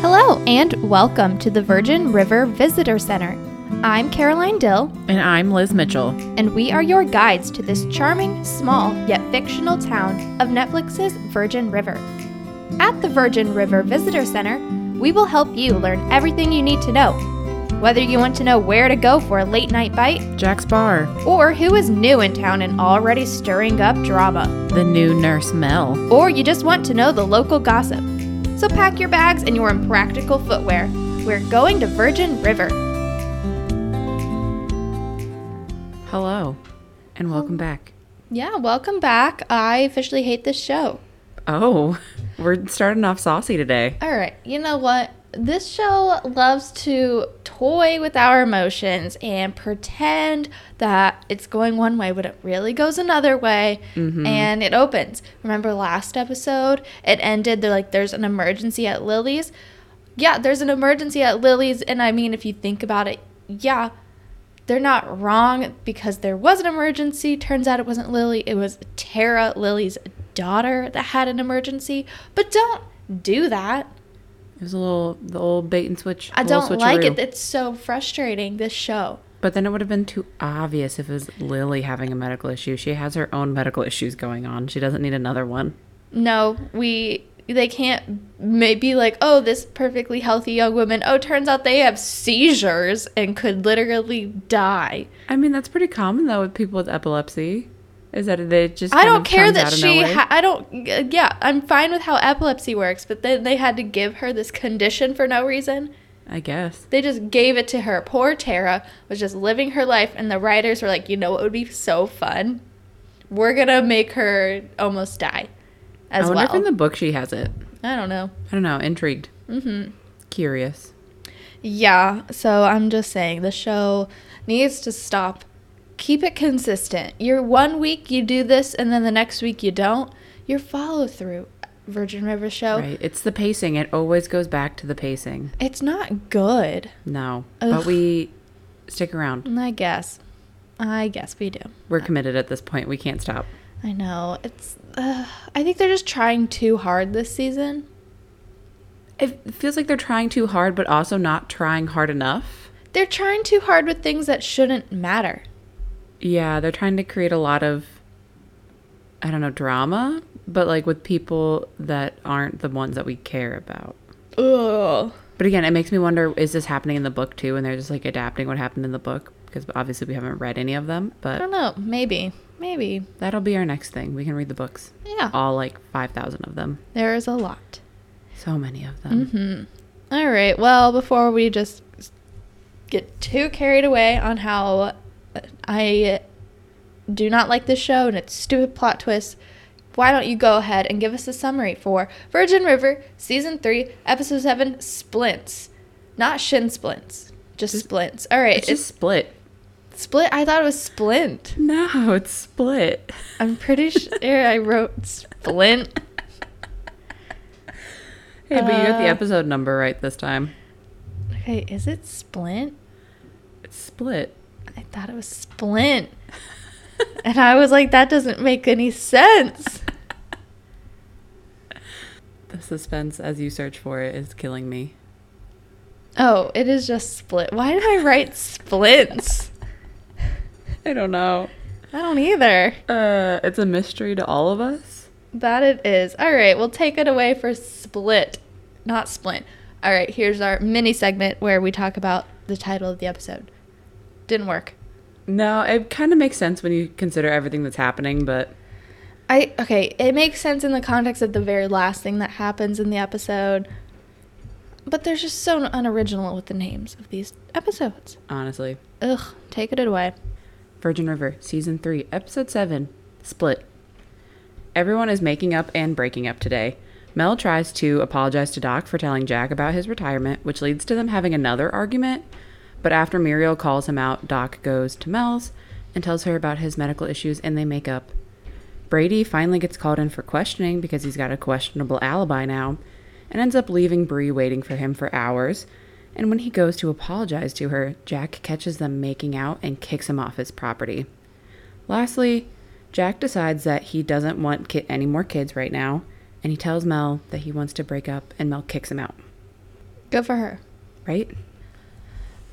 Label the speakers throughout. Speaker 1: Hello and welcome to the Virgin River Visitor Center. I'm Caroline Dill,
Speaker 2: And I'm Liz Mitchell.
Speaker 1: and we are your guides to this charming, small, yet fictional town of Netflix's Virgin River. At the Virgin River Visitor Center, we will help you learn everything you need to know. Whether you want to know where to go for a late night bite,
Speaker 2: Jack's Bar,
Speaker 1: or who is new in town and already stirring up drama,
Speaker 2: the new nurse Mel.
Speaker 1: or you just want to know the local gossip. So pack your bags and your impractical footwear. We're going to Virgin River.
Speaker 2: Hello, and welcome back.
Speaker 1: Yeah, welcome back. I officially hate this show.
Speaker 2: Oh, we're starting off saucy today.
Speaker 1: All right, you know what? This show loves to toy with our emotions and pretend that it's going one way, but it really goes another way. And it opens. Remember last episode? It ended. They're like, there's an emergency at Lily's. Yeah, there's an emergency at Lily's. And I mean, if you think about it, yeah, they're not wrong because there was an emergency. Turns out it wasn't Lily, it was Tara, Lily's daughter, that had an emergency. But don't do that.
Speaker 2: It was a little, the old bait and switch.
Speaker 1: I
Speaker 2: little
Speaker 1: don't like it.
Speaker 2: switcheroo.
Speaker 1: It's so frustrating, this show.
Speaker 2: But then it would have been too obvious if it was Lily having a medical issue. She has her own medical issues going on. She doesn't need another one.
Speaker 1: No, we they can't maybe like, oh, this perfectly healthy young woman, oh, turns out they have seizures and could literally die.
Speaker 2: I mean, that's pretty common though with people with epilepsy. Is that they just?
Speaker 1: I
Speaker 2: kind
Speaker 1: don't
Speaker 2: of
Speaker 1: care
Speaker 2: comes
Speaker 1: that
Speaker 2: out of
Speaker 1: she
Speaker 2: nowhere.
Speaker 1: ha- I don't yeah, I'm fine with how epilepsy works, but then they had to give her this condition for no reason.
Speaker 2: I guess.
Speaker 1: They just gave it to her. Poor Tara was just living her life, and the writers were like, you know what would be so fun? We're gonna make her almost die as
Speaker 2: I wonder
Speaker 1: well.
Speaker 2: if in the book she has it.
Speaker 1: I don't know.
Speaker 2: I don't know. Intrigued. Mm-hmm. Curious.
Speaker 1: Yeah, so I'm just saying the show needs to stop. Keep it consistent. You're one week you do this, and then the next week you don't. Your follow through, Virgin River Show,
Speaker 2: Right. It's the pacing. It always goes back to the pacing.
Speaker 1: it's not good.
Speaker 2: No.
Speaker 1: Ugh.
Speaker 2: But we stick around.
Speaker 1: I guess. I guess we do.
Speaker 2: We're committed at this point. We can't stop.
Speaker 1: I know. It's. Uh, I think they're just trying too hard this season.
Speaker 2: It feels like they're trying too hard, but also not trying hard enough.
Speaker 1: They're trying too hard with things that shouldn't matter.
Speaker 2: Yeah, they're trying to create a lot of, I don't know, drama, but like with people that aren't the ones that we care about.
Speaker 1: Ugh.
Speaker 2: But again, it makes me wonder is this happening in the book too? And they're just like adapting what happened in the book because obviously we haven't read any of them,
Speaker 1: I
Speaker 2: but
Speaker 1: don't know. Maybe. Maybe.
Speaker 2: that'll be our next thing. We can read the books,
Speaker 1: Yeah.
Speaker 2: all like 5,000 of them.
Speaker 1: There is a lot.
Speaker 2: So many of them.
Speaker 1: All right. Well, before we just get too carried away on how I do not like this show and its stupid plot twists, why don't you go ahead and give us a summary for Virgin River Season 3, Episode 7, Splints. Not shin splints, just splints. All right.
Speaker 2: It's
Speaker 1: It's,
Speaker 2: just split.
Speaker 1: split. I thought it was splint.
Speaker 2: No, it's split.
Speaker 1: I'm pretty sure I wrote splint.
Speaker 2: Hey, but you got the
Speaker 1: Uh,
Speaker 2: episode number right this time.
Speaker 1: Okay, is it splint?
Speaker 2: It's split.
Speaker 1: I thought it was splint. And I was like, that doesn't make any sense.
Speaker 2: The suspense as you search for it is killing me.
Speaker 1: Oh, it is just split. Why did I write splints?
Speaker 2: I don't know.
Speaker 1: I don't either.
Speaker 2: Uh, it's a mystery to all of us.
Speaker 1: That it is. All right, we'll take it away for split, not splint. All right, here's our mini segment where we talk about the title of the episode. Didn't work.
Speaker 2: No, it kind of makes sense when you consider everything that's happening, but
Speaker 1: I okay, it makes sense in the context of the very last thing that happens in the episode. But they're just so unoriginal with the names of these episodes.
Speaker 2: honestly,
Speaker 1: Ugh, take it away.
Speaker 2: Virgin River, Season 3, Episode 7, Split. Everyone is making up and breaking up today. Mel tries to apologize to Doc for telling Jack about his retirement, which leads to them having another argument. But after Muriel calls him out, Doc goes to Mel's and tells her about his medical issues, and they make up. Brady finally gets called in for questioning because he's got a questionable alibi now and ends up leaving Bree waiting for him for hours. And when he goes to apologize to her, Jack catches them making out and kicks him off his property. Lastly, Jack decides that he doesn't want ki- any more kids right now, and he tells Mel that he wants to break up, and Mel kicks him out.
Speaker 1: Good for her.
Speaker 2: right?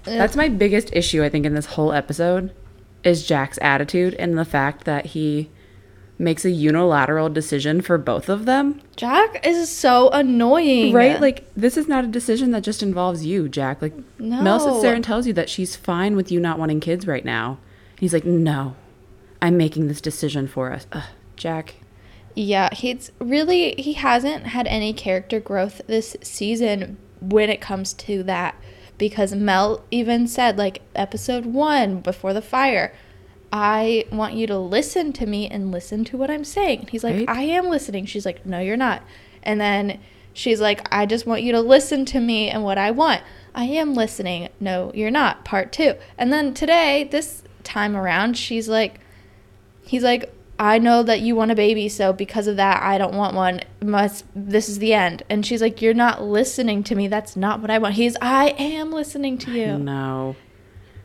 Speaker 2: That's my biggest issue, I think, in this whole episode is Jack's attitude and the fact that he makes a unilateral decision for both of them,
Speaker 1: Jack is so annoying.
Speaker 2: right? Like, this is not a decision that just involves you, Jack. Like, Mel sits there
Speaker 1: No.
Speaker 2: and tells you that she's fine with you not wanting kids right now. And he's like, no, I'm making this decision for us. Ugh, Jack.
Speaker 1: Yeah, he's really he hasn't had any character growth this season when it comes to that because Mel even said like episode 1 before the fire, I want you to listen to me and listen to what I'm saying. And he's like,
Speaker 2: Right.
Speaker 1: "I am listening." She's like, "No, you're not." And then she's like, "I just want you to listen to me and what I want." I am listening. No, you're not. Part 2. And then today, this time around, she's like, he's like i know that you want a baby so because of that i don't want one must this is the end and she's like you're not listening to me that's not what i want he's i am listening to you
Speaker 2: No.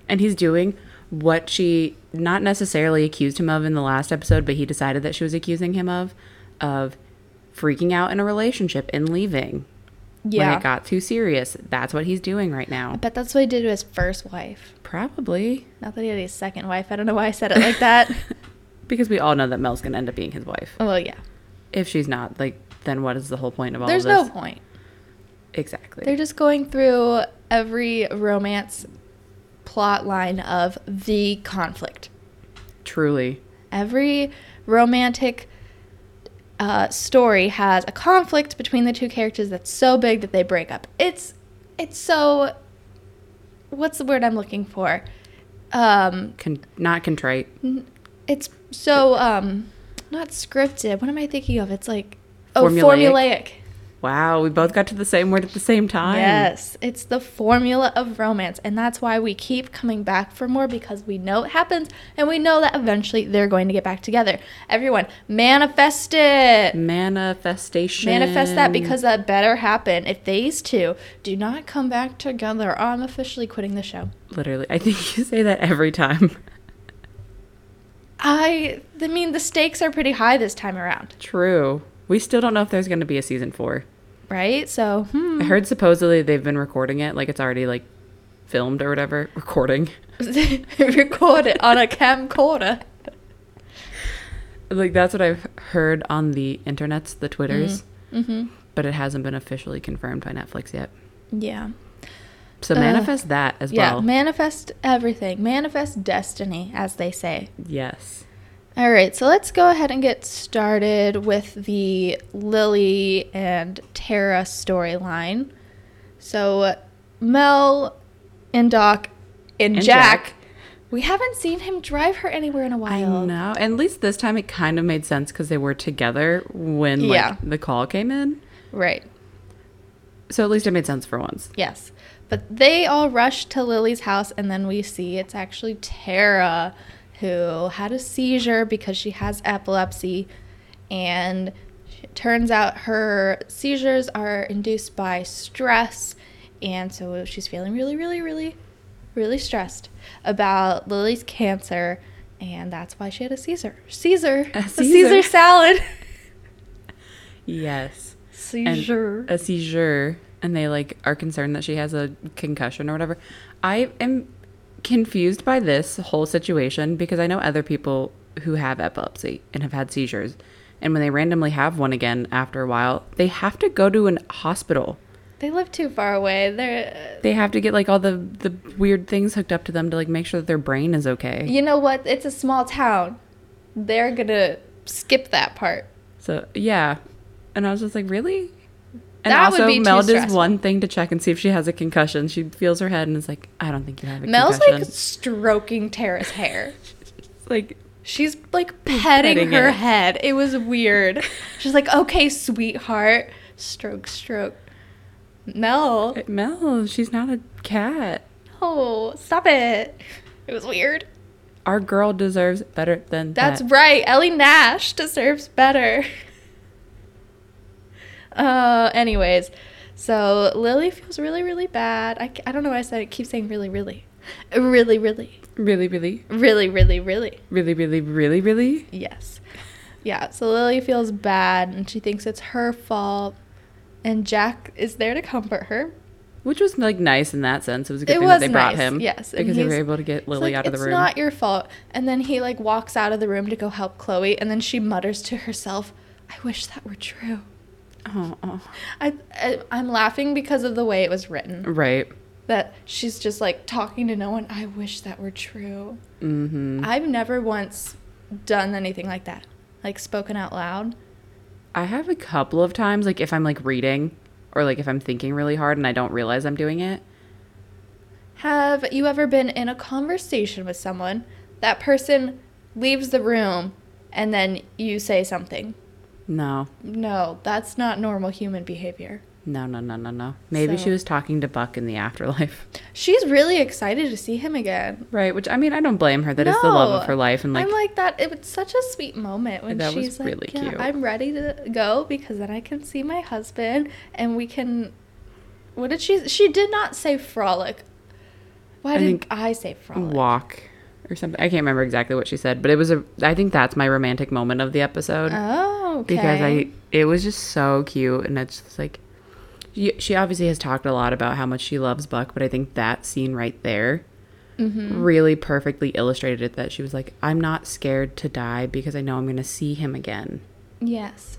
Speaker 2: And he's doing what she not necessarily accused him of in the last episode, but he decided that she was accusing him of of freaking out in a relationship and leaving. When
Speaker 1: yeah
Speaker 2: it got too serious. That's what he's doing right
Speaker 1: i
Speaker 2: now.
Speaker 1: bet that's what he did to his first wife
Speaker 2: Probably.
Speaker 1: not that he had his second wife i don't know why i said it like that
Speaker 2: Because we all know that Mel's gonna end up being his wife.
Speaker 1: well yeah
Speaker 2: If she's not, like then what is the whole point of all
Speaker 1: there's
Speaker 2: of this?
Speaker 1: no point
Speaker 2: exactly.
Speaker 1: they're just going through every romance plot line of the conflict
Speaker 2: Truly.
Speaker 1: Every romantic uh, story has a conflict between the two characters that's so big that they break up. It's it's so what's the word I'm looking for? Um,
Speaker 2: Con- not contrite.
Speaker 1: it's so um, not scripted. What am I thinking of? It's like oh
Speaker 2: Formulaic?
Speaker 1: formulaic.
Speaker 2: Wow, we both got to the same word at the same time.
Speaker 1: Yes, it's the formula of romance, and that's why we keep coming back for more because we know it happens, and we know that eventually they're going to get back together. Everyone, manifest it.
Speaker 2: Manifestation.
Speaker 1: Manifest that because that better happen. If these two do not come back together, I'm officially quitting the show.
Speaker 2: Literally, I think you say that every time.
Speaker 1: I, I mean, the stakes are pretty high this time around,
Speaker 2: True. We still don't know if there's going to be a season four.
Speaker 1: right? So, hmm.
Speaker 2: I heard supposedly they've been recording it, like it's already like filmed or whatever. Recording,
Speaker 1: record it on a camcorder.
Speaker 2: like that's what I've heard on the internets, the twitters, but it hasn't been officially confirmed by Netflix yet.
Speaker 1: Yeah.
Speaker 2: So
Speaker 1: Ugh.
Speaker 2: manifest that as
Speaker 1: Yeah.
Speaker 2: well.
Speaker 1: Manifest everything, manifest destiny, as they say.
Speaker 2: yes.
Speaker 1: All right, so let's go ahead and get started with the Lily and Tara storyline. So Mel and Doc and,
Speaker 2: And
Speaker 1: Jack,
Speaker 2: Jack.
Speaker 1: we haven't seen him drive her anywhere in a
Speaker 2: I
Speaker 1: while.
Speaker 2: know. And at least this time it kind of made sense because they were together when like
Speaker 1: Yeah.
Speaker 2: the call came in.
Speaker 1: Right.
Speaker 2: So at least it made sense for once.
Speaker 1: Yes. But they all rush to Lily's house and then we see it's actually Tara who had a seizure because she has epilepsy and it turns out her seizures are induced by stress and so she's feeling really really really really stressed about Lily's cancer and that's why she had a seizure. Caesar.
Speaker 2: A
Speaker 1: A
Speaker 2: Caesar.
Speaker 1: Caesar, salad.
Speaker 2: Yes. and
Speaker 1: seizure.
Speaker 2: a seizure and they like are concerned that she has a concussion or whatever i am confused by this whole situation because i know other people who have epilepsy and have had seizures and when they randomly have one again after a while they have to go to an hospital
Speaker 1: They live too far away. They're
Speaker 2: they have to get like all the the weird things hooked up to them to like make sure that their brain is okay
Speaker 1: you know what? It's a small town. They're gonna skip that part.
Speaker 2: so yeah and i was just like really and
Speaker 1: That would
Speaker 2: also
Speaker 1: be too
Speaker 2: mel does
Speaker 1: stressful.
Speaker 2: one thing to check and see if she has a concussion she feels her head and is like i don't think you have a
Speaker 1: Mel's
Speaker 2: concussion
Speaker 1: like stroking Tara's hair.
Speaker 2: like
Speaker 1: She's like petting,
Speaker 2: Petting
Speaker 1: her
Speaker 2: it.
Speaker 1: head. It was weird. She's like, okay, sweetheart. Stroke, stroke. Mel,
Speaker 2: Mel, she's not a cat.
Speaker 1: oh, stop it. It was weird.
Speaker 2: Our girl deserves better than
Speaker 1: That's
Speaker 2: that.
Speaker 1: right. Ellie Nash deserves better. uh, anyways, so Lily feels really, really bad. I, c- I don't know why I said it. keep saying really, really. Really, really.
Speaker 2: really, really,
Speaker 1: Really, really, really.
Speaker 2: really, really, really, really.
Speaker 1: Yes. Yeah, so Lily feels bad and she thinks it's her fault. And Jack is there to comfort her.
Speaker 2: Which was like nice in that sense. It was a good
Speaker 1: It
Speaker 2: thing
Speaker 1: was
Speaker 2: that they brought
Speaker 1: nice,
Speaker 2: him.
Speaker 1: yes, and
Speaker 2: Because they were
Speaker 1: he's-
Speaker 2: able to get
Speaker 1: It's
Speaker 2: Lily
Speaker 1: like,
Speaker 2: out of the
Speaker 1: it's
Speaker 2: room.
Speaker 1: not your fault. And then he like walks out of the room to go help Chloe, and then she mutters to herself, "I wish that were true."
Speaker 2: oh, oh.
Speaker 1: I, I I'm laughing because of the way it was written.
Speaker 2: Right.
Speaker 1: That she's just like talking to no one. I wish that were true.
Speaker 2: Mm-hmm.
Speaker 1: I've never once done anything like that, like spoken out loud.
Speaker 2: I have a couple of times, like if I'm like reading or like if I'm thinking really hard and I don't realize I'm doing it.
Speaker 1: Have you ever been in a conversation with someone? That person leaves the room and then you say something.
Speaker 2: No,
Speaker 1: No, that's not normal human behavior.
Speaker 2: no, no, no, no, no. Maybe
Speaker 1: So-
Speaker 2: she was talking to Buck in the afterlife.
Speaker 1: She's really excited to see him again.
Speaker 2: Right. Which I mean, I don't blame her. That is the love
Speaker 1: No.
Speaker 2: of her life. And like,
Speaker 1: I'm like that. It was such a sweet moment when
Speaker 2: That was
Speaker 1: she's like,
Speaker 2: really
Speaker 1: "Yeah,
Speaker 2: cute.
Speaker 1: I'm ready to go because then I can see my husband and we can." What did she? She did not say frolic. Why
Speaker 2: I
Speaker 1: did
Speaker 2: think-
Speaker 1: I say frolic?
Speaker 2: walk or something. I can't remember exactly what she said, but it was a, I think that's my romantic moment of the episode.
Speaker 1: Oh, okay.
Speaker 2: because I it was just so cute and it's just like she, she obviously has talked a lot about how much she loves Buck, but I think that scene right there
Speaker 1: Mm-hmm.
Speaker 2: really perfectly illustrated it that she was like I'm not scared to die because I know I'm going to see him again.
Speaker 1: yes.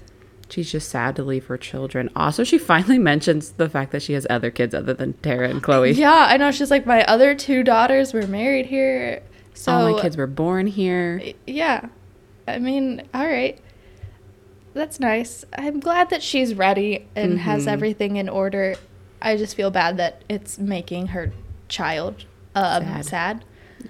Speaker 2: She's just sad to leave her children. Also, she finally mentions the fact that she has other kids other than Tara and Chloe.
Speaker 1: Yeah, I know. She's like, my other two daughters were married here, so
Speaker 2: All Oh my kids were born here.
Speaker 1: Yeah, I mean, all right. That's nice. I'm glad that she's ready and has everything in order. I just feel bad that it's making her child um, sad.
Speaker 2: Sad.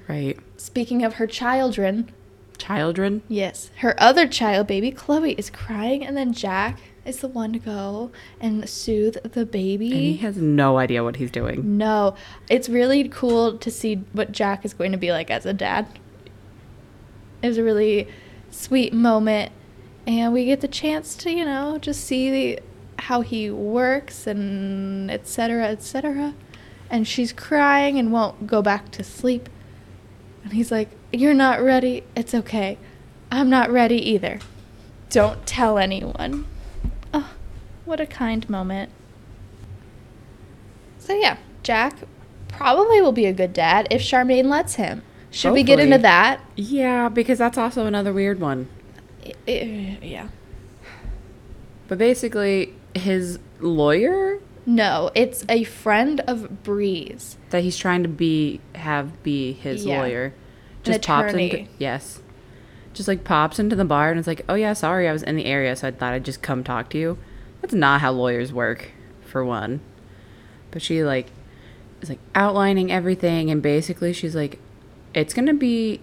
Speaker 2: Right.
Speaker 1: Speaking of her children,
Speaker 2: Children.
Speaker 1: yes, her other child, baby Chloe, is crying, and then Jack is the one to go and soothe the baby.
Speaker 2: And he has no idea what he's doing.
Speaker 1: No, it's really cool to see what Jack is going to be like as a dad. It was a really sweet moment, and we get the chance to, you know, just see the, how he works and et cetera, et cetera. And she's crying and won't go back to sleep. And he's like, You're not ready. It's okay. I'm not ready either. Don't tell anyone. Oh, what a kind moment. So yeah, Jack probably will be a good dad if Charmaine lets him. Should we get into
Speaker 2: Hopefully.
Speaker 1: that?
Speaker 2: Yeah, because that's also another weird one.
Speaker 1: I- I- Yeah.
Speaker 2: But basically, his lawyer
Speaker 1: No, it's a friend of Bree's.
Speaker 2: that he's trying to be have be his
Speaker 1: Yeah.
Speaker 2: lawyer
Speaker 1: An
Speaker 2: just pops into
Speaker 1: attorney.
Speaker 2: yes, just like pops into the bar and it's like, oh yeah, sorry, I was in the area, so I thought I'd just come talk to you. That's not how lawyers work, for one. But she like is like outlining everything, and basically she's like, it's gonna be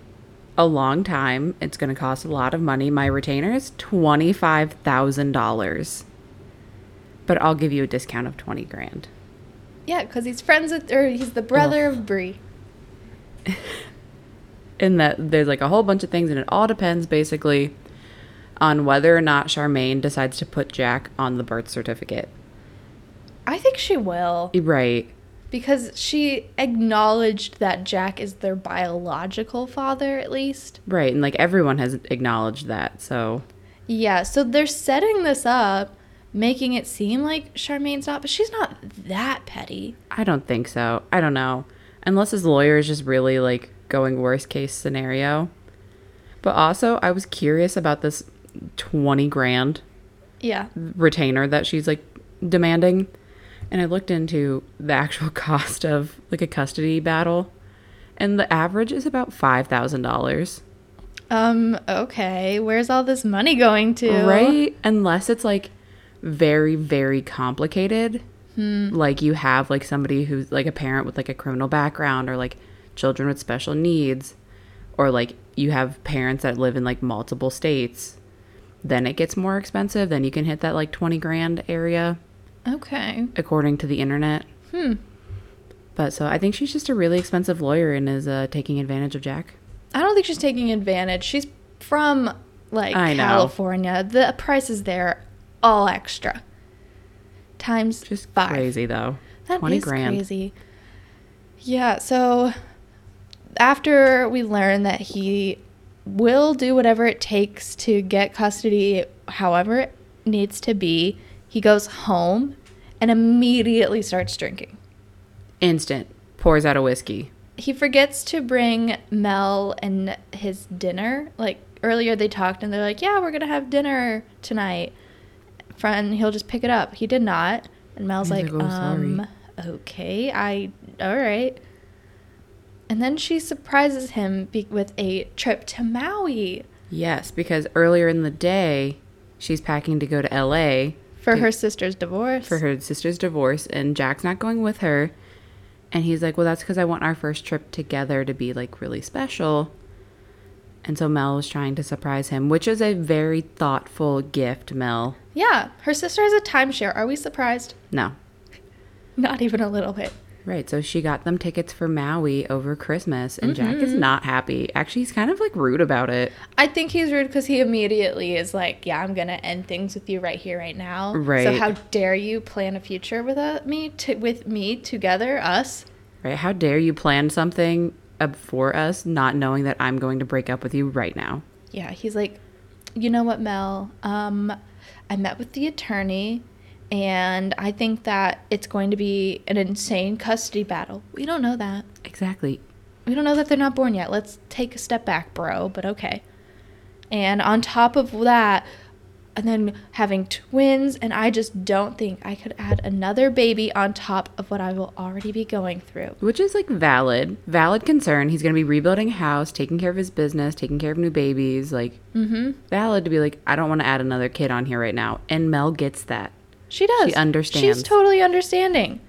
Speaker 2: a long time. It's gonna cost a lot of money. My retainer is twenty five thousand dollars. But I'll give you a discount of 20 grand.
Speaker 1: Yeah, because he's friends with, or he's the brother of Bree.
Speaker 2: in that there's like a whole bunch of things and it all depends basically on whether or not Charmaine decides to put Jack on the birth certificate.
Speaker 1: I think she will
Speaker 2: Right.
Speaker 1: because she acknowledged that Jack is their biological father, at least.
Speaker 2: Right. And like everyone has acknowledged that. So
Speaker 1: Yeah, so they're setting this up, making it seem like Charmaine's not, but she's not that petty.
Speaker 2: I don't think so. I don't know. Unless his lawyer is just really like going worst case scenario. But also, I was curious about this 20 grand
Speaker 1: Yeah.
Speaker 2: retainer that she's like demanding. And I looked into the actual cost of like a custody battle, and the average is about five thousand dollars,
Speaker 1: Um, okay, where's all this money going to?
Speaker 2: right? Unless it's like very, very complicated. Like you have like somebody who's like a parent with like a criminal background, or like children with special needs, or like you have parents that live in like multiple states. Then it gets more expensive. Then you can hit that like twenty grand area.
Speaker 1: Okay.
Speaker 2: according to the internet. Hmm. But so I think she's just a really expensive lawyer and is uh, taking advantage of Jack.
Speaker 1: I don't think she's taking advantage. She's from like
Speaker 2: I know.
Speaker 1: California. The prices there all extra. Times
Speaker 2: Just
Speaker 1: five.
Speaker 2: crazy though.
Speaker 1: That
Speaker 2: Twenty
Speaker 1: is
Speaker 2: grand.
Speaker 1: crazy. Yeah, so after we learn that he will do whatever it takes to get custody, however it needs to be, he goes home and immediately starts drinking.
Speaker 2: Instant. Pours out a whiskey.
Speaker 1: He forgets to bring Mel and his dinner. Like earlier, they talked and they're like, "Yeah, we're gonna have dinner tonight." Friend, he'll just pick it up. He did not, and Mel's
Speaker 2: He's
Speaker 1: like,
Speaker 2: like, "Oh, sorry."
Speaker 1: "Um, okay, I all right." And then she surprises him be- with a trip to Maui
Speaker 2: Yes, because earlier in the day, she's packing to go to LA
Speaker 1: for
Speaker 2: Dude.
Speaker 1: her sister's divorce.
Speaker 2: for her sister's divorce, and Jack's not going with her. And he's like, Well, that's because I want our first trip together to be like really special. And so Mel was trying to surprise him, which is a very thoughtful gift, Mel.
Speaker 1: Yeah, her sister has a timeshare. Are we surprised?
Speaker 2: No.
Speaker 1: Not even a little bit.
Speaker 2: Right. So she got them tickets for Maui over Christmas, and Jack is not happy. Actually, he's kind of like rude about it.
Speaker 1: I think he's rude because he immediately is like, "Yeah, I'm gonna end things with you right here, right now." So
Speaker 2: Right.
Speaker 1: how dare you plan a future with uh, me, to, with me together, us?
Speaker 2: Right? How dare you plan something uh, for us, not knowing that I'm going to break up with you right now?
Speaker 1: Yeah, he's like, you know what, Mel? Um, I met with the attorney, and I think that it's going to be an insane custody battle. We don't know that.
Speaker 2: Exactly.
Speaker 1: we don't know that they're not born yet. Let's take a step back, bro, but okay. And on top of that, and then having twins, and I just don't think I could add another baby on top of what I will already be going through.
Speaker 2: Which is like valid, valid concern. He's going to be rebuilding a house, taking care of his business, taking care of new babies. Like, Mm-hmm. valid to be like, I don't want to add another kid on here right now. And Mel gets that.
Speaker 1: She does.
Speaker 2: understands.
Speaker 1: She's totally understanding.